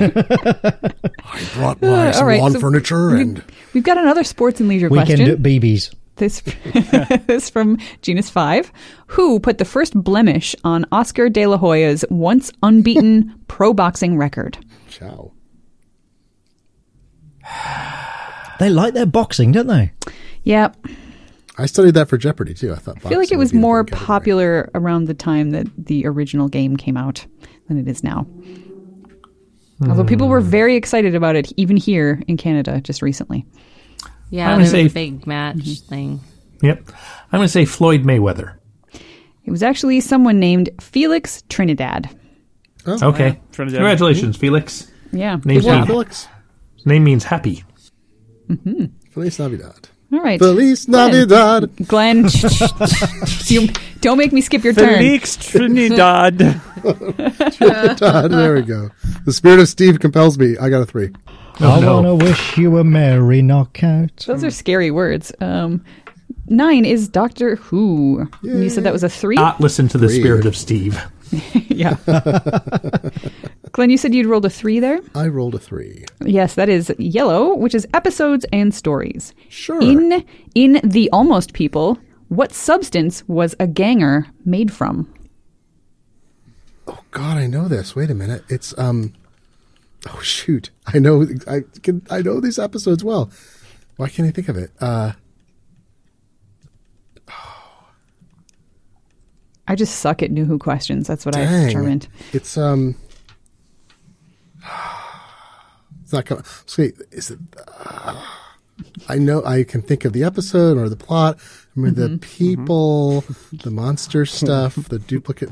I brought my Uh, all some right, lawn so- furniture and We've got another sports and leisure Weekend question. at BB's. This this from genus five. Who put the first blemish on Oscar De La Hoya's once unbeaten pro boxing record? ciao. They like their boxing, don't they? Yeah, I studied that for Jeopardy too. I thought. I feel like it was more popular around the time that the original game came out than it is now. Although people were very excited about it, even here in Canada, just recently. Yeah, there I'm gonna was a say- big match Mm-hmm. thing. Yep. I'm going to say Floyd Mayweather. It was actually someone named Felix Trinidad. Okay. Oh, Trinidad. Hmm. Congratulations, Felix. Yeah. Name's Good not- job. Felix. His name means happy. Feliz Navidad. All right. Feliz Navidad. Glenn, you, don't make me skip your turn. Felix Trinidad. Todd, there we go. The spirit of Steve compels me. I got a three. Oh, I no. wanna wish you a merry knockout. Hmm. Those are scary words. Um, nine is Doctor Who. You said that was a three? Not listen to the Three. spirit of Steve. yeah. Glenn, you said you'd rolled a three there? I rolled a three. Yes, that is yellow, which is episodes and stories. Sure. In in the Almost People, what substance was a ganger made from? Oh God, I know this. Wait a minute. It's um. Oh shoot, I know. I can. I know these episodes well. Why can't I think of it? Uh, I just suck at new who questions. That's what I've dang. determined. It's um. It's not coming. Sweet. Is it? uh, I know. I can think of the episode or the plot. I mean, the people, the monster stuff, the duplicate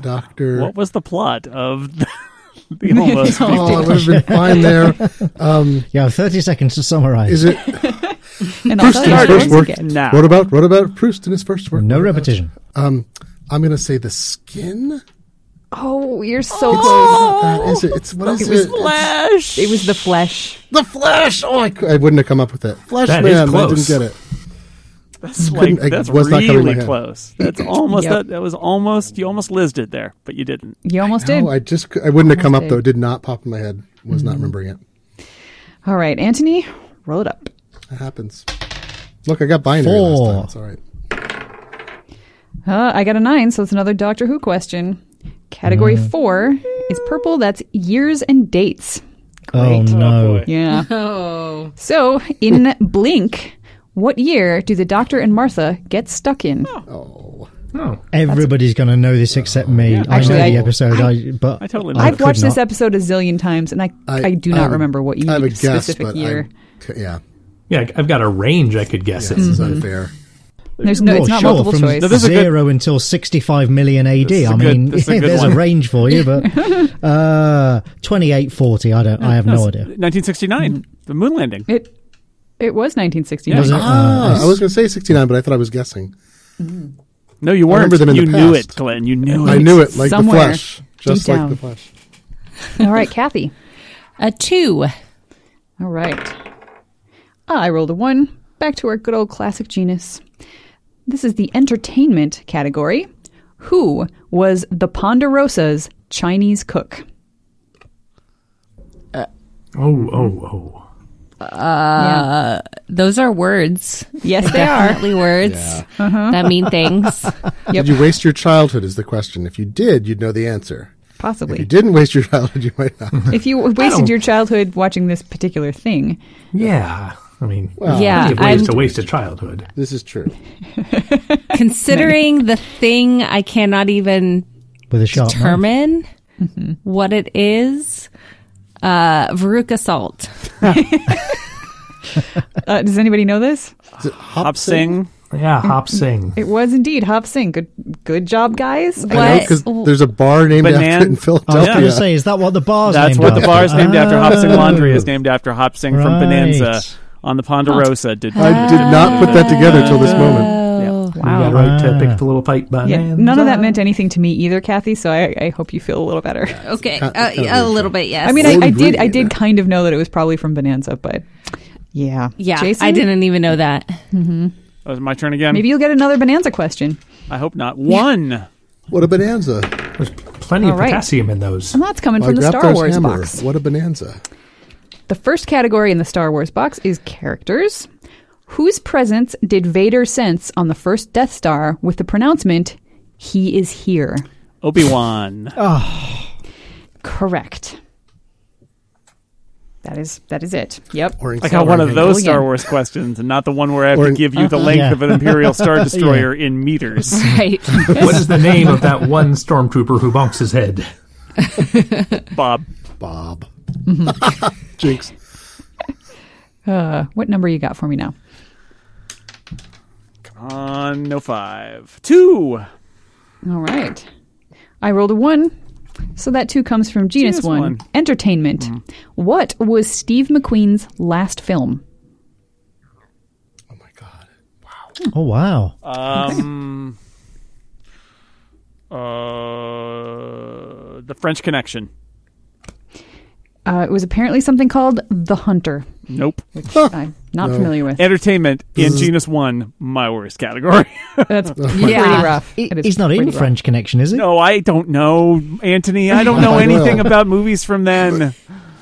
doctor. what was the plot of the, the almost? Oh, it would have been fine there. You have 30 seconds to summarize. Is it And I'll tell Proust you in his how first it work? works again. Now. What about what about Proust in his first work? no repetition. Um, I'm gonna say the skin. Oh, you're so It's not that, is it? It's what is it? It's Flash. close. Oh! It was the flesh. the Flash. Oh, I, cou- I wouldn't have come up with it. Flash That is Man. I didn't close. get it. That's like I- that's was not coming to my really head. close. That's almost Yep. that, that was almost you almost lizzed it there, but you didn't. You almost did. No, I just cou- I wouldn't have come up did. though. It did not pop in my head. Was not remembering it. All right, Anthony, roll it up. It happens. Look, I got binary Four. last time. It's all right. Uh, I got a nine, so it's another Doctor Who question. Category Mm. four is purple. That's years and dates. Oh, Great. no. Yeah. Oh. So, in Blink, what year do the Doctor and Martha get stuck in? Oh, Oh. Everybody's going to know this except me. I Actually, know I- the episode, I, but I totally know. I I've could watched not. this episode a zillion times, and I, I, do not have- remember what you um, I have a guess, specific but year. I, c- yeah, Yeah, I- I've got a range I could guess this it. is unfair. There's no, it's Well, not sure, multiple from choice. this is a good- zero until 65 million AD. This is a I good- mean, this is a good there's one. a range for you, but uh, 2840. I don't. I have no idea. 1969, the moon landing. It it was 1969. Was it? Ah, Uh, I was going to say 69, but I thought I was guessing. No, you weren't. remember them in you the knew past. it, Glenn. You knew I it. knew it, like Somewhere the Flash, just deep like down. the Flash. All right, Kathy. A two. All right. Ah, I rolled a one. Back to our good old classic genus. This is the entertainment category. Who was the Ponderosa's Chinese cook? Oh, oh, oh. Uh, Those are words. Yes, they are. Definitely words Uh-huh. that mean things. Yep. Did you waste your childhood? Is the question. If you did, you'd know the answer. If you Possibly. didn't waste your childhood, you might not. If you wasted your childhood watching this particular thing, Yeah. I mean, Well, yeah, plenty of I'm ways to waste a childhood. This is true. considering the thing I cannot even Uh-huh. with a sharp knife. determine Mm-hmm. what it is. Uh, Veruca salt. uh, does anybody know this? Is it hop, Hop sing? sing. Yeah, hop Mm-hmm. sing. It was indeed Hop Sing. Good, good job, guys. I know What? because there's a bar named Banan- after it I in was Philadelphia. going to say, is that what the bar's That's named what the after? bar is named after. Hop Ah. Sing Laundry is Oh. named after Hop Sing from Bonanza Right. on the Ponderosa. Did I did not put that together till this moment. Oh, You got wow. right to pick the Ah. little pipe by Yeah, none of that meant anything to me either, Kathy. So I, I hope you feel a little better. okay, Con- uh, convolution. a little bit. Yes. I mean, I, I Golden did, I Green. did kind of know that it was probably from Bonanza, but yeah, yeah, Jason, I didn't even know that. Oh, is it my turn again? Maybe you'll get another Bonanza question. I hope not. One. What a bonanza! There's plenty All of right. potassium in those. And that's coming Like from the Star Raptor's Wars hammer. box. What a bonanza! The first category in the Star Wars box is characters. Whose presence did Vader sense on the first Death Star with the pronouncement, he is here? Obi Wan. Correct. That is that is it. Yep. Or in I got one of Sauron. those Go Star again. Wars questions, and not the one where I have Or- to give you the length Yeah. of an Imperial Star Destroyer in meters. Right. what is the name of that one stormtrooper who bonks his head? Bob. Bob. Jinx. Uh, what number you got for me now? On no five. Two. All right. I rolled a one. So that two comes from genus, Genus one. one. Mm-hmm. Entertainment. What was Steve McQueen's last film? Oh my god. Oh, wow. Um. Uh, the French Connection. Uh, it was apparently something called The Hunter, Nope. which I'm not familiar with. Entertainment in genus one, my worst category. That's Yeah. pretty rough. He- That is He's not in pretty rough. French Connection, is he? no, I don't know, Anthony. I don't know I know. anything about movies from then.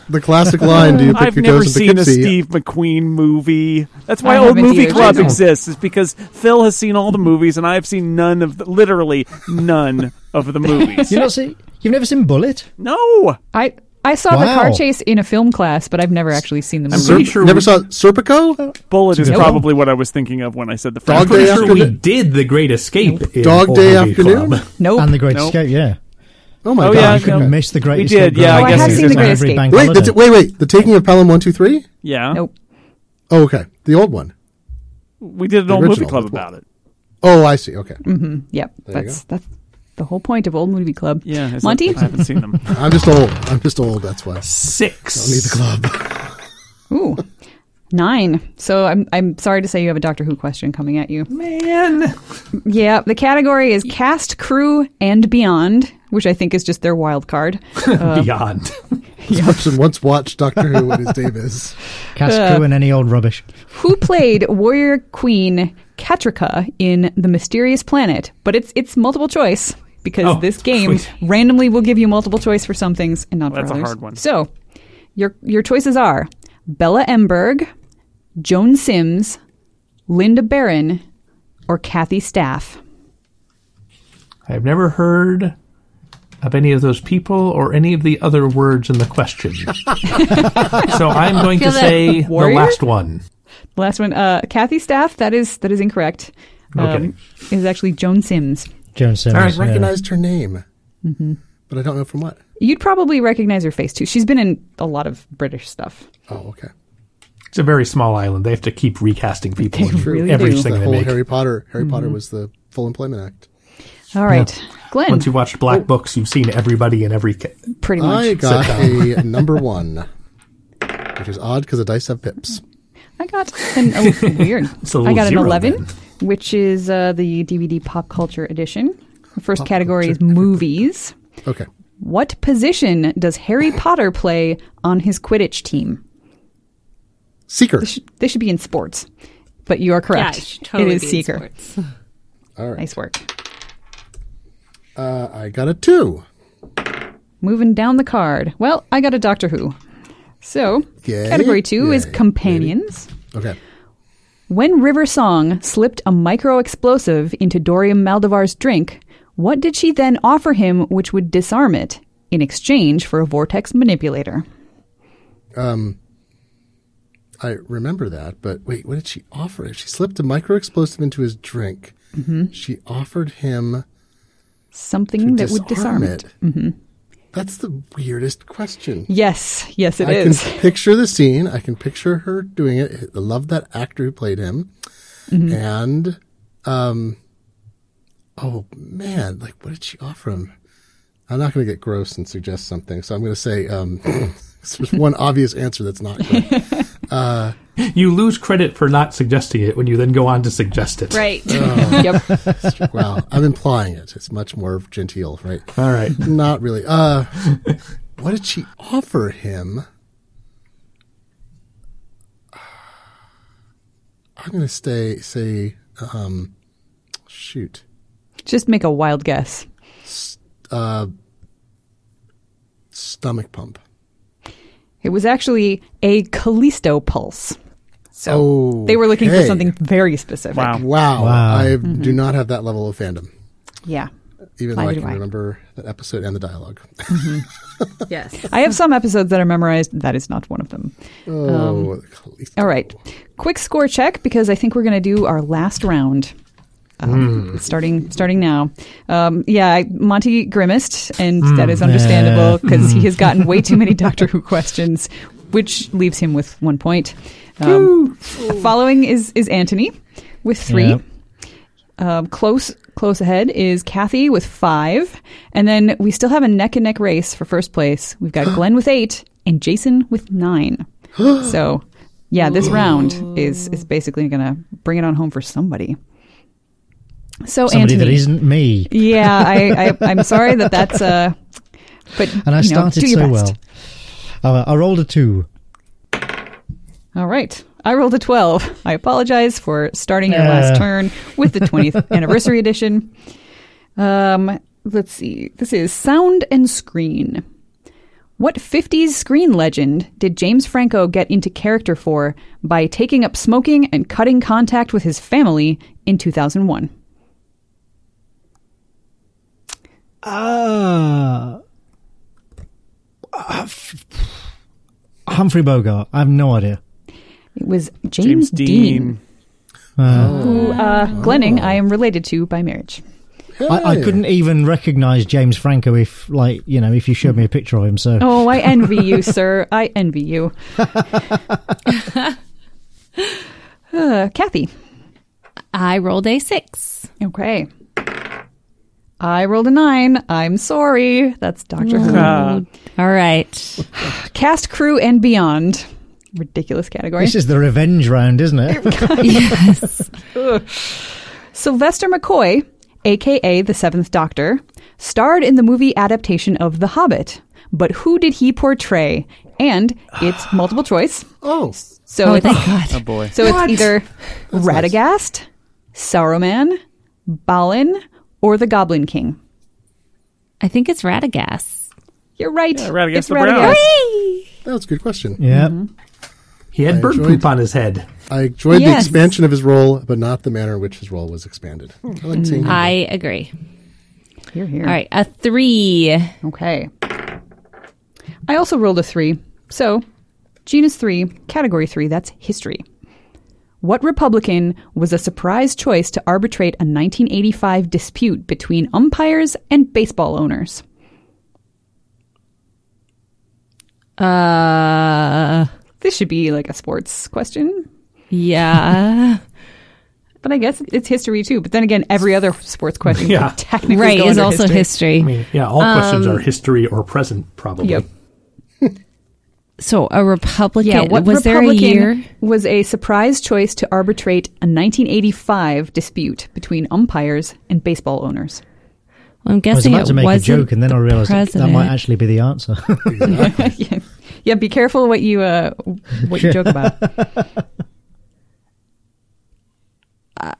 The classic line: Do you pick I've your never toes in seen a Poughkeepsie? Steve McQueen movie. That's why I old haven't movie either, club Jason. exists is because Phil has seen all the movies and I've seen none of the, literally none of the movies. You not see, you've never seen Bullet? no. I I saw the Wow. car chase in a film class, but I've never actually seen the movie. pretty sure never we- saw Serpico. Bullet is Nope. probably what I was thinking of when I said the French. Dog Pretty Day sure we Afternoon. did the Great Escape. in Dog Old Day Movie Afternoon? Club. Nope. And The Great Nope. Escape, yeah. Oh my Oh, god! yeah, you couldn't no. miss The Great We Escape. did, yeah, Grand I guess we Prix on did. every Great Escape. bank Wait, holiday. that's, wait, wait. The taking of Pelham one two three. Yeah. Nope. Oh, okay. The old one. We did an old movie original, club the fourth. about it. Oh, I see. Okay. Mm. Yep. you that's that's the whole point of Old Movie Club. Yeah. is it- Monty? I haven't seen them. I'm just old. I'm just old. That's why. Need the Six. club. Ooh. Nine. So I'm I'm sorry to say you have a Doctor Who question coming at you. Man. Yeah, the category is cast, crew, and beyond, which I think is just their wild card. Uh. Beyond. This person once watched Doctor Who when his name is. Cast crew and any old rubbish. Who played warrior queen Katrika in The Mysterious Planet? But it's it's multiple choice because Oh, this game sweet. randomly will give you multiple choice for some things and not That's a for others. hard one. So, your your choices are Bella Emberg, Joan Sims, Linda Barron, or Kathy Staff. I've never heard of any of those people or any of the other words in the question. so I'm going to Feel that say warrior? the last one. The last one, uh, Kathy Staff. That is that is incorrect. Um, Okay. is actually Joan Sims. Joan Simmons. All right, I recognized her name, Mm-hmm. but I don't know from what. You'd probably recognize her face too. She's been in a lot of British stuff. Oh, okay. It's a very small island. They have to keep recasting people in really every do. thing The they whole make. Harry Potter. Mm-hmm. Harry Potter was the Full Employment Act. All right, Glenn. Once you've watched Oh. Black Books, you've seen everybody in every. Ca- pretty much. I got a number one, which is odd because the dice have pips. I got an oh, weird. a little I got an zero eleven, which is uh, the DVD pop culture edition. The first category is movies. Okay. What position does Harry Potter play on his Quidditch team? Seeker. This should, this should be in sports, but you are Yeah, correct. it should totally it is be in seeker. sports. All right. Nice work. Uh, I got a two. Moving down the card. Well, I got a Doctor Who. So, Yay. category two is Yay. companions. Okay. When River Song slipped a micro explosive into Dorian Maldivar's drink, what did she then offer him which would disarm it in exchange for a vortex manipulator? I remember that, but wait, what did she offer? She slipped a micro explosive into his drink. She offered him to Mm-hmm. Something that would disarm it. Mm-hmm. That's the weirdest question. Yes, yes, it I is. can picture the scene. I can picture her doing it. I love that actor who played him. Mm-hmm. And, um, oh man, like what did she offer him? I'm not going to get gross and suggest something, so I'm going to say um, there's one obvious answer that's not good. You lose credit for not suggesting it when you then go on to suggest it. Right. yep. wow, I'm implying it. It's much more genteel, right? All right. Not really. Uh, what did she offer him? I'm gonna stay say, um, shoot, Just make a wild guess. uh, stomach pump. It was actually a Callisto pulse. So Oh, they were looking for okay. something very specific. Wow. Wow, Wow. I do not have that level of fandom, Yeah. even Neither though Mm-hmm. do I can I. remember that episode and the dialogue. Yes. I have some episodes that are memorized. That is not one of them. oh, Callisto. Um, All right. Quick score check because I think we're going to do our last round. Um, Starting starting now, um, yeah. I, Monty grimaced, and that is understandable because he has gotten way too many Doctor Who questions, which leaves him with one point. Um, following is is Anthony with three. Yep. Um, close close ahead is Kathy with five, and then we still have a neck and neck race for first place. We've got Glenn with eight and Jason with nine. so, yeah, this round is is basically going to bring it on home for somebody. So Somebody Oh, Anthony, that isn't me. yeah, I, I I'm sorry that that's uh, but And I you know, started do your so best. well. Uh, I rolled a two. All right. I rolled a 12. I apologize for starting your last Uh. turn with the 20th anniversary edition. Um, let's see. This is Sound and Screen. What 50s screen legend did James Franco get into character for by taking up smoking and cutting contact with his family in 2001? Uh, Humphrey Bogart. I have no idea. It was James, James Dean. Dean, Oh. who uh, Glenning I am related to by marriage. I, I couldn't even recognize James Franco if, like, you know, if you showed me a picture of him. So Oh, I envy you, sir. I envy you. uh, Kathy. I rolled a six. Okay. I rolled a nine. I'm sorry. That's Doctor Who. Uh, All right. Cast, crew, and beyond. Ridiculous category. this is the revenge round, isn't it? yes. Sylvester McCoy, aka the Seventh Doctor, starred in the movie adaptation of The Hobbit. But who did he portray? And it's multiple choice. Oh, So Oh, it's thank God. boy. So it's either Radagast, Saruman, Balin, or the Goblin King. I think it's Radagast. You're right. Yeah, Radagast it's the Brown. that was a good question. yeah. Mm-hmm. He had bird poop on his head. I enjoyed the Yes. expansion of his role, but not the manner in which his role was expanded. I like Mm-hmm. seeing him. I agree. Here, here. All right. A three. Okay. I also rolled a three. So, genus three, category three, that's history. What Republican was a surprise choice to arbitrate a 1985 dispute between umpires and baseball owners? Uh, This should be like a sports question. yeah. But I guess it's history too. But then again, every other sports question Yeah. could technically right go is under also history. history. I mean, yeah, all questions are history or present, probably. Um, Yep. So a Republican. Yeah. What was Republican there a year? was a surprise choice to arbitrate a 1985 dispute between umpires and baseball owners? Well, I I'm was guessing about it to make a wasn't joke, and then the I realized that- that president. might actually be the answer. yeah. yeah. Be careful what you uh, what you joke about.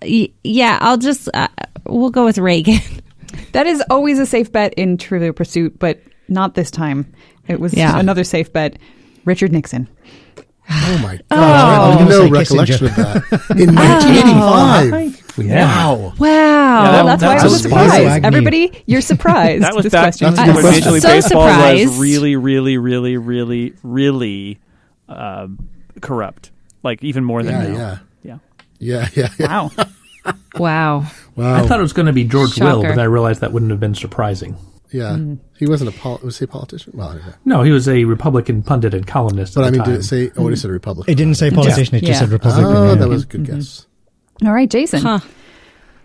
Y- Yeah, I'll just uh, we'll go with Reagan. That is always a safe bet in Trivial Pursuit, but not this time. It was Yeah. another safe bet. Richard Nixon. Oh my god! I have I was no gonna say recollection of that. In 1985. Wow. Wow. Yeah, Well, that- Oh, that's why I that's was a surprise. surprised. Agnew. Everybody, you're surprised. That was this back question. Uh, when That's a good question. Major League So Baseball was surprised. really, really, really, really, really um corrupt. Like even more than Yeah, now. yeah. Yeah. Yeah, yeah, yeah. Wow. Wow. Wow. I thought it was going to be George Will, Shocker. but I realized that wouldn't have been surprising. yeah. He wasn't a pol- was he a politician? Well, anyway. No, he was a Republican pundit and columnist. But at I the mean, time. did it say? Oh, it said Republican. It didn't say politician, it Yeah. just said Republican. Oh, yeah. that was a good guess. All right, Jason. Huh.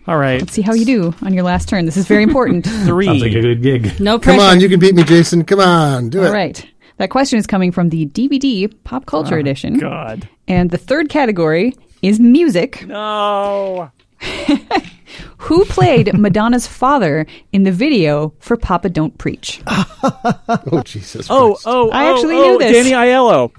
All right. Let's see how you do on your last turn. This is very important. Three. Sounds like a good gig. No pressure. Come on, you can beat me, Jason. Come on, do All it. right. That question is coming from the DVD Pop Culture Edition. Oh, God. And the third category is music. No. Who played Madonna's father in the video for Papa Don't Preach? Oh Jesus. Oh, Christ. oh, I oh, actually oh, knew this. Danny Aiello.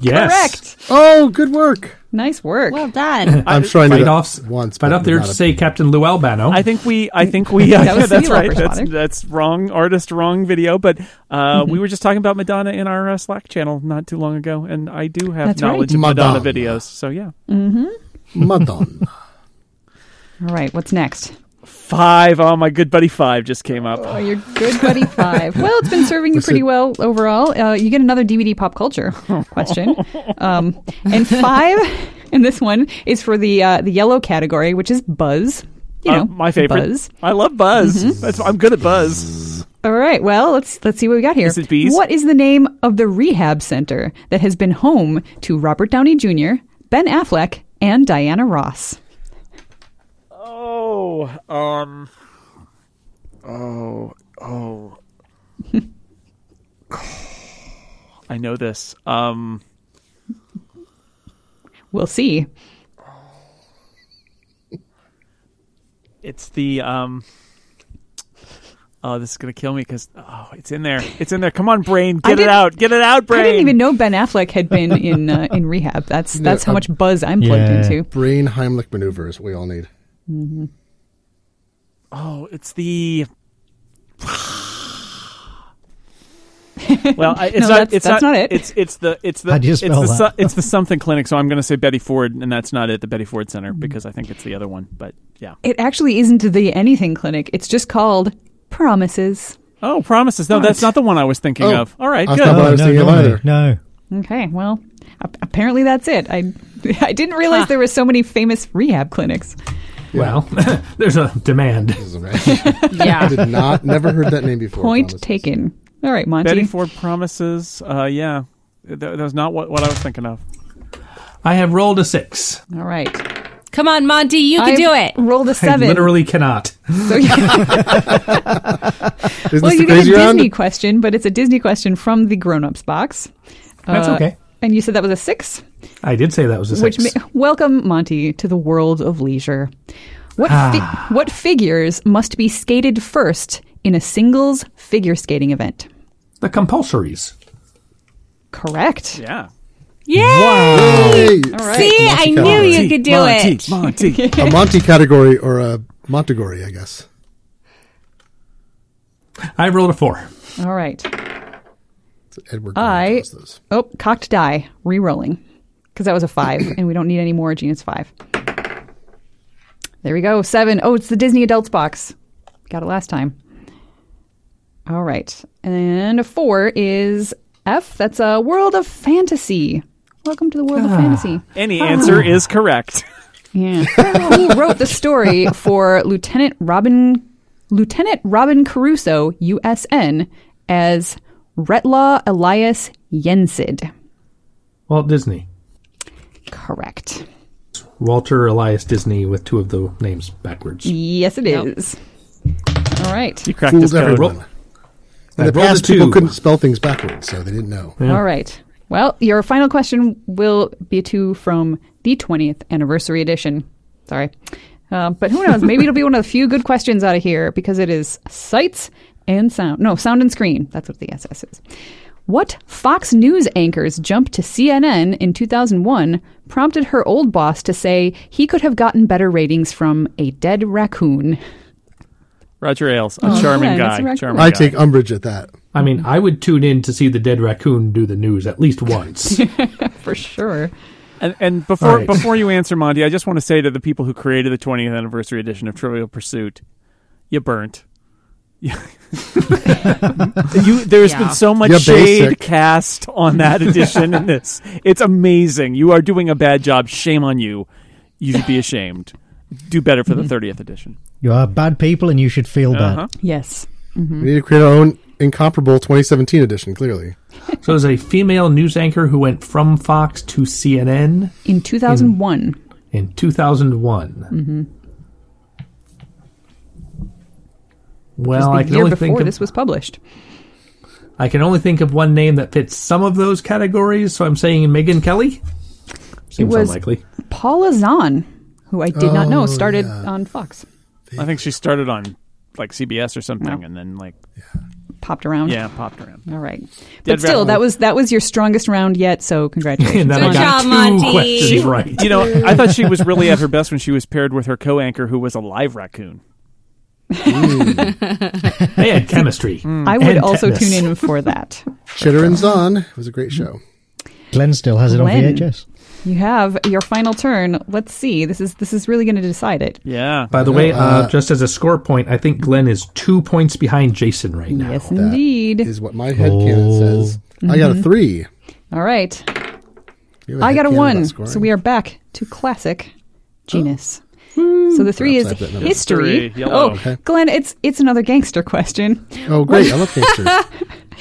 Yes. Correct. oh, good work. Nice work. Well done. I'm sure I knew Fight that off, once. fight but off there not to a- say Captain Lou Albano. I think we, I think we, uh, That was that's Cyndi right. Lauper's That's, father. that's wrong artist, wrong video. But uh, Mm-hmm. we were just talking about Madonna in our uh, Slack channel not too long ago, and I do have That's right. knowledge of Madonna. Madonna. videos. So yeah, Madonna. All right, what's next? five. Oh, my good buddy five just came up. Oh, your good buddy five. Well, it's been serving you Listen. pretty well overall. Uh, you get another DVD pop culture question, um, and five, and this one is for the uh, the yellow category, which is buzz. You Uh, know, my favorite. Buzz. Mm-hmm. I love Buzz. That's, I'm good at Buzz. All right. Well, let's let's see what we got here. Is it bees? What is the name of the rehab center that has been home to Robert Downey Jr., Ben Affleck, and Diana Ross? Oh, um, oh, oh. I know this. Um, We'll see. It's the um. Oh, this is gonna kill me because oh, it's in there. It's in there. Come on, brain, get it didn't- out, get it out, brain. I didn't even know Ben Affleck had been in uh, in rehab. That's that's how um, much buzz I'm plugged Yeah. into. Brain Heimlich maneuver is what we all need. Oh, it's the. well, I, No, it's not. that's- it's that's not it. It's it's the it's the How do you it's spell the that? so- it's the something clinic. So I'm gonna say Betty Ford, and that's not it. The Betty Ford Mm-hmm. Center because I think it's the other one. But yeah. It actually isn't the anything clinic. It's just called Promises. Oh, promises. No, that's not the one I was thinking Oh. of. All right, I good. thought- Oh, what I was no, thinking of normally, either. no. Okay, well, ap- apparently that's it. I I didn't realize there were so many famous rehab clinics. Well, there's a demand. This is amazing. I yeah. did not, never heard that name before. Point promises. taken. All right, Monty. Betty Ford promises. Uh, yeah, Th- that was not what, what I was thinking of. I have rolled a six. All right, Come on, Monty. You can I've do it. Rolled a I seven. literally cannot. So, yeah. Isn't well, this you the get a crazy Disney round? question, but it's a Disney question from the Grown Ups box. Uh, That's okay. And you said that was a six. I did say that was a six. Which ma- welcome Monty to the world of leisure. What Ah. fi- what figures must be skated first in a singles figure skating event? the compulsories. Correct. Yeah. Yeah. Yay! See, I Monty knew Category. you could do Monty, it. Monty. A Monty category or a Montegory, I guess. I rolled a four. All right. It's Edward. I- Norton does those. Oh, cocked die, re-rolling, because that was a five, and we don't need any more. Genius five. There we go, seven. Oh, it's the Disney Adults box. Got it last time. All right, and a four is F. That's a World of Fantasy. Welcome to the World of Fantasy. Any answer is correct. Yeah. Who wrote the story for Lieutenant Robin Lieutenant Robin Caruso, USN, as Retlaw Elias Yensid? Walt Disney. Correct. Walter Elias Disney with two of the names backwards. Yes, it Nope. is. All right. You cracked Fools this code. everyone. In I the rolled a past, people two. couldn't spell things backwards, so they didn't know. All right. Well, your final question will be a two from the 20th anniversary edition. Sorry. Uh, but who knows? Maybe it'll be one of the few good questions out of here because it is sights and sound. No, sound and screen. That's what the SS is. What Fox News anchors jump to CNN in 2001 prompted her old boss to say he could have gotten better ratings from a dead raccoon? Roger Ailes, a charming Oh, yeah, that's guy. a raccoon. charming I guy. take umbrage at that. I mean, I would tune in to see the dead raccoon do the news at least once. for sure. And, and before right. before you answer, Monty, I just want to say to the people who created the 20th anniversary edition of Trivial Pursuit, you burnt. you, there's Yeah. been so much You're shade basic. cast on that edition and this. It's amazing. You are doing a bad job. Shame on you. You should be ashamed. Do better for the 30th edition. You are bad people, and you should feel Uh-huh. Yes. We need to create our own incomparable 2017 edition. Clearly, so, as a female news anchor who went from Fox to CNN In 2001. in 2001. Mm-hmm. was Well, the I can year only think before of, this was published. I can only think of one name that fits some of those categories, so I'm saying Megan Kelly. Seems was- unlikely. Paula Zahn, who I did not know Oh, started yeah. on Fox, I think she started on like CBS or something and then like popped around. yeah, popped around. All right. But Dead still, Rat- that was that was your strongest round yet. So congratulations. And then I Good job, got two Monty. questions right. You know, I thought she was really at her best when she was paired with her co-anchor who was a live raccoon. They had chemistry. I would And also tetanus. tune in for that. Chitter and Zahn was a great show. bad. Glenn still has it Glenn. on VHS. You have your final turn. Let's see. This is this is really going to decide it. Yeah. By the way, uh, Uh, just as a score point, I think Glenn is two points behind Jason right now. Yes, That indeed. is what my head canon says. I got a three. All right. You have I got a headcanon one. about So scoring. we are back to classic genus. Oh. So the three is Perhaps I bet that history. History, yellow. Oh, Okay. Glenn, it's it's another gangster question. Oh, great! I love gangsters.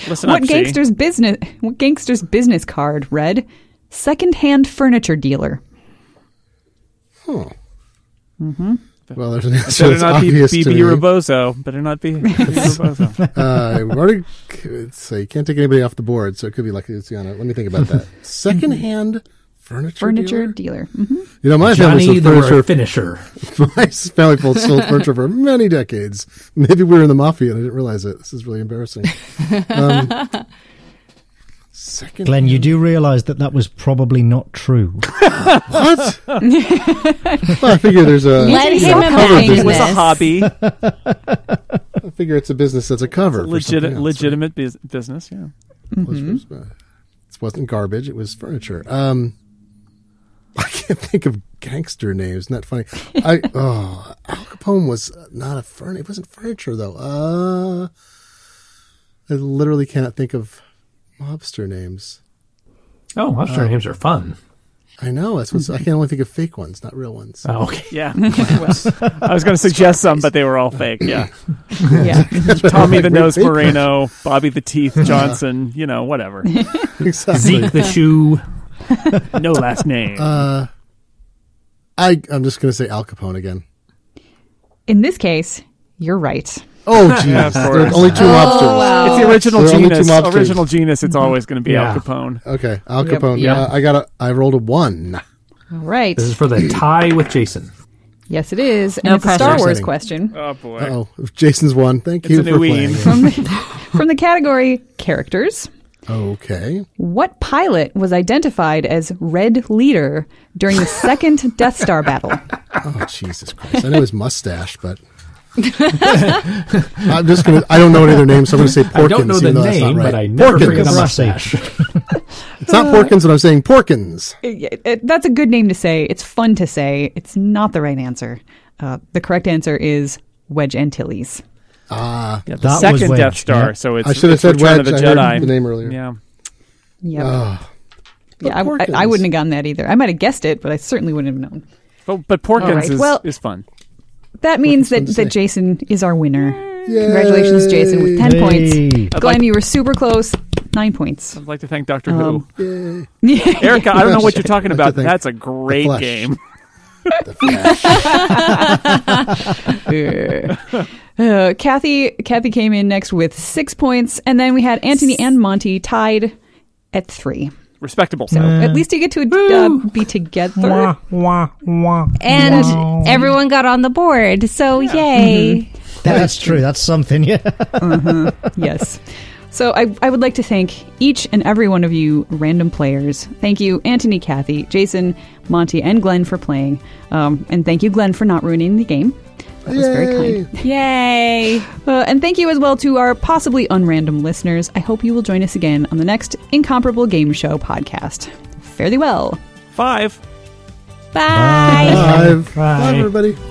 Listen what up, see? gangster's business? What gangster's business card read? Second-hand furniture dealer. Huh. Mm-hmm. Well, there's an answer Better that's not be obvious BB to me. Rebozo. Better not be BB Rebozo. uh, we've already, so you can't take anybody off the board, so it could be like Luciana. Let me think about that. Secondhand furniture. Furniture dealer? dealer. hmm You know, my family Johnny, sold the word furniture. finisher. My family sold furniture for many decades. Maybe we were in the mafia and I didn't realize it. This is really embarrassing. Um, second, Glenn, you do realise that that was probably not true. what? well, I figure there's a. Let you him know, cover imagine It business. was a Yes. hobby. I figure it's a business that's a cover. for something Legit, else, right? legitimate bus- business, yeah. Hmm? was- was, uh, it wasn't garbage. It was furniture. Um, I can't think of gangster names. Not funny. I oh, Al Capone was uh, not a furniture. It wasn't furniture though. Uh, I literally cannot think of mobster names. Oh, mobster Uh, names are fun. I know. That's what's, I can only think of fake ones, not real ones. Oh, okay. Yeah. I was going to suggest some, but they were all fake, yeah. Yeah. Tommy the Like, Nose fake Moreno, Bobby the Teeth Johnson, you know, whatever. ones. Exactly. Zeke the shoe. No last name. Uh, I I'm just gonna say Al Capone again. In this case, you're right. Oh jeez, of There are course. Oh, only two mobsters. it's the original There are only two genus. mobsters. Original genus, it's always going to be Yeah. Al Capone. Okay, Al Yep. Capone. Yep. Uh, I got a. I rolled a one. All right. This is for the tie with Jason. Yes, it is. And No it's a Star pressure. Wars Exciting. question Oh, boy. Oh, Jason's one. Thank It's you a for new playing. Ween. from the, from the category characters. Okay. What pilot was identified as Red Leader during the second Death Star battle? Oh Jesus Christ! I know his mustache, but I'm just gonna. I don't know any other name, so I'm gonna say Porkins. I don't know the even though that's name, not right. but I never Porkins. forget a Rossi. mustache. It's not Porkins, but I'm saying Porkins. It- it- that's a good name to say. It's fun to say. It's not the right answer. Uh, the correct answer is Wedge Antilles. Ah, Yeah, the That was second Wedge, Death Star, yeah. so it's, I should have it's said Return Wedge. of the I Jedi. heard the name earlier. Yeah. Yep. But yeah, I- I, Porkins. I wouldn't have gotten that either. I might have guessed it, but I certainly wouldn't have known. But, but Porkins All right, is, well- is fun. That means that, fun to say. that Jason is our winner. Congratulations, Jason, with 10 Yay. I'd points. Glenn, like- you were super close. Nine points. I'd like to thank Doctor Um, Who. Erica, I don't know what you're talking about. thank That's a great Flash. game. Uh, Kathy Kathy came in next with six points, and then we had Anthony and Monty tied at three. Respectable. So at least you get to uh, be together. And everyone got on the board, so yay. Mm-hmm. That's true. That's something. Yeah. yes. So I, I would like to thank each and every one of you random players. Thank you, Anthony, Kathy, Jason, Monty, and Glenn for playing. Um, and thank you, Glenn, for not ruining the game. Uh, That was very Yay. kind. Yay. Uh, and thank you as well to our possibly unrandom listeners. I hope you will join us again on the next Incomparable Game Show podcast. Fare thee well. Five. Bye. Five. Bye. Bye, everybody.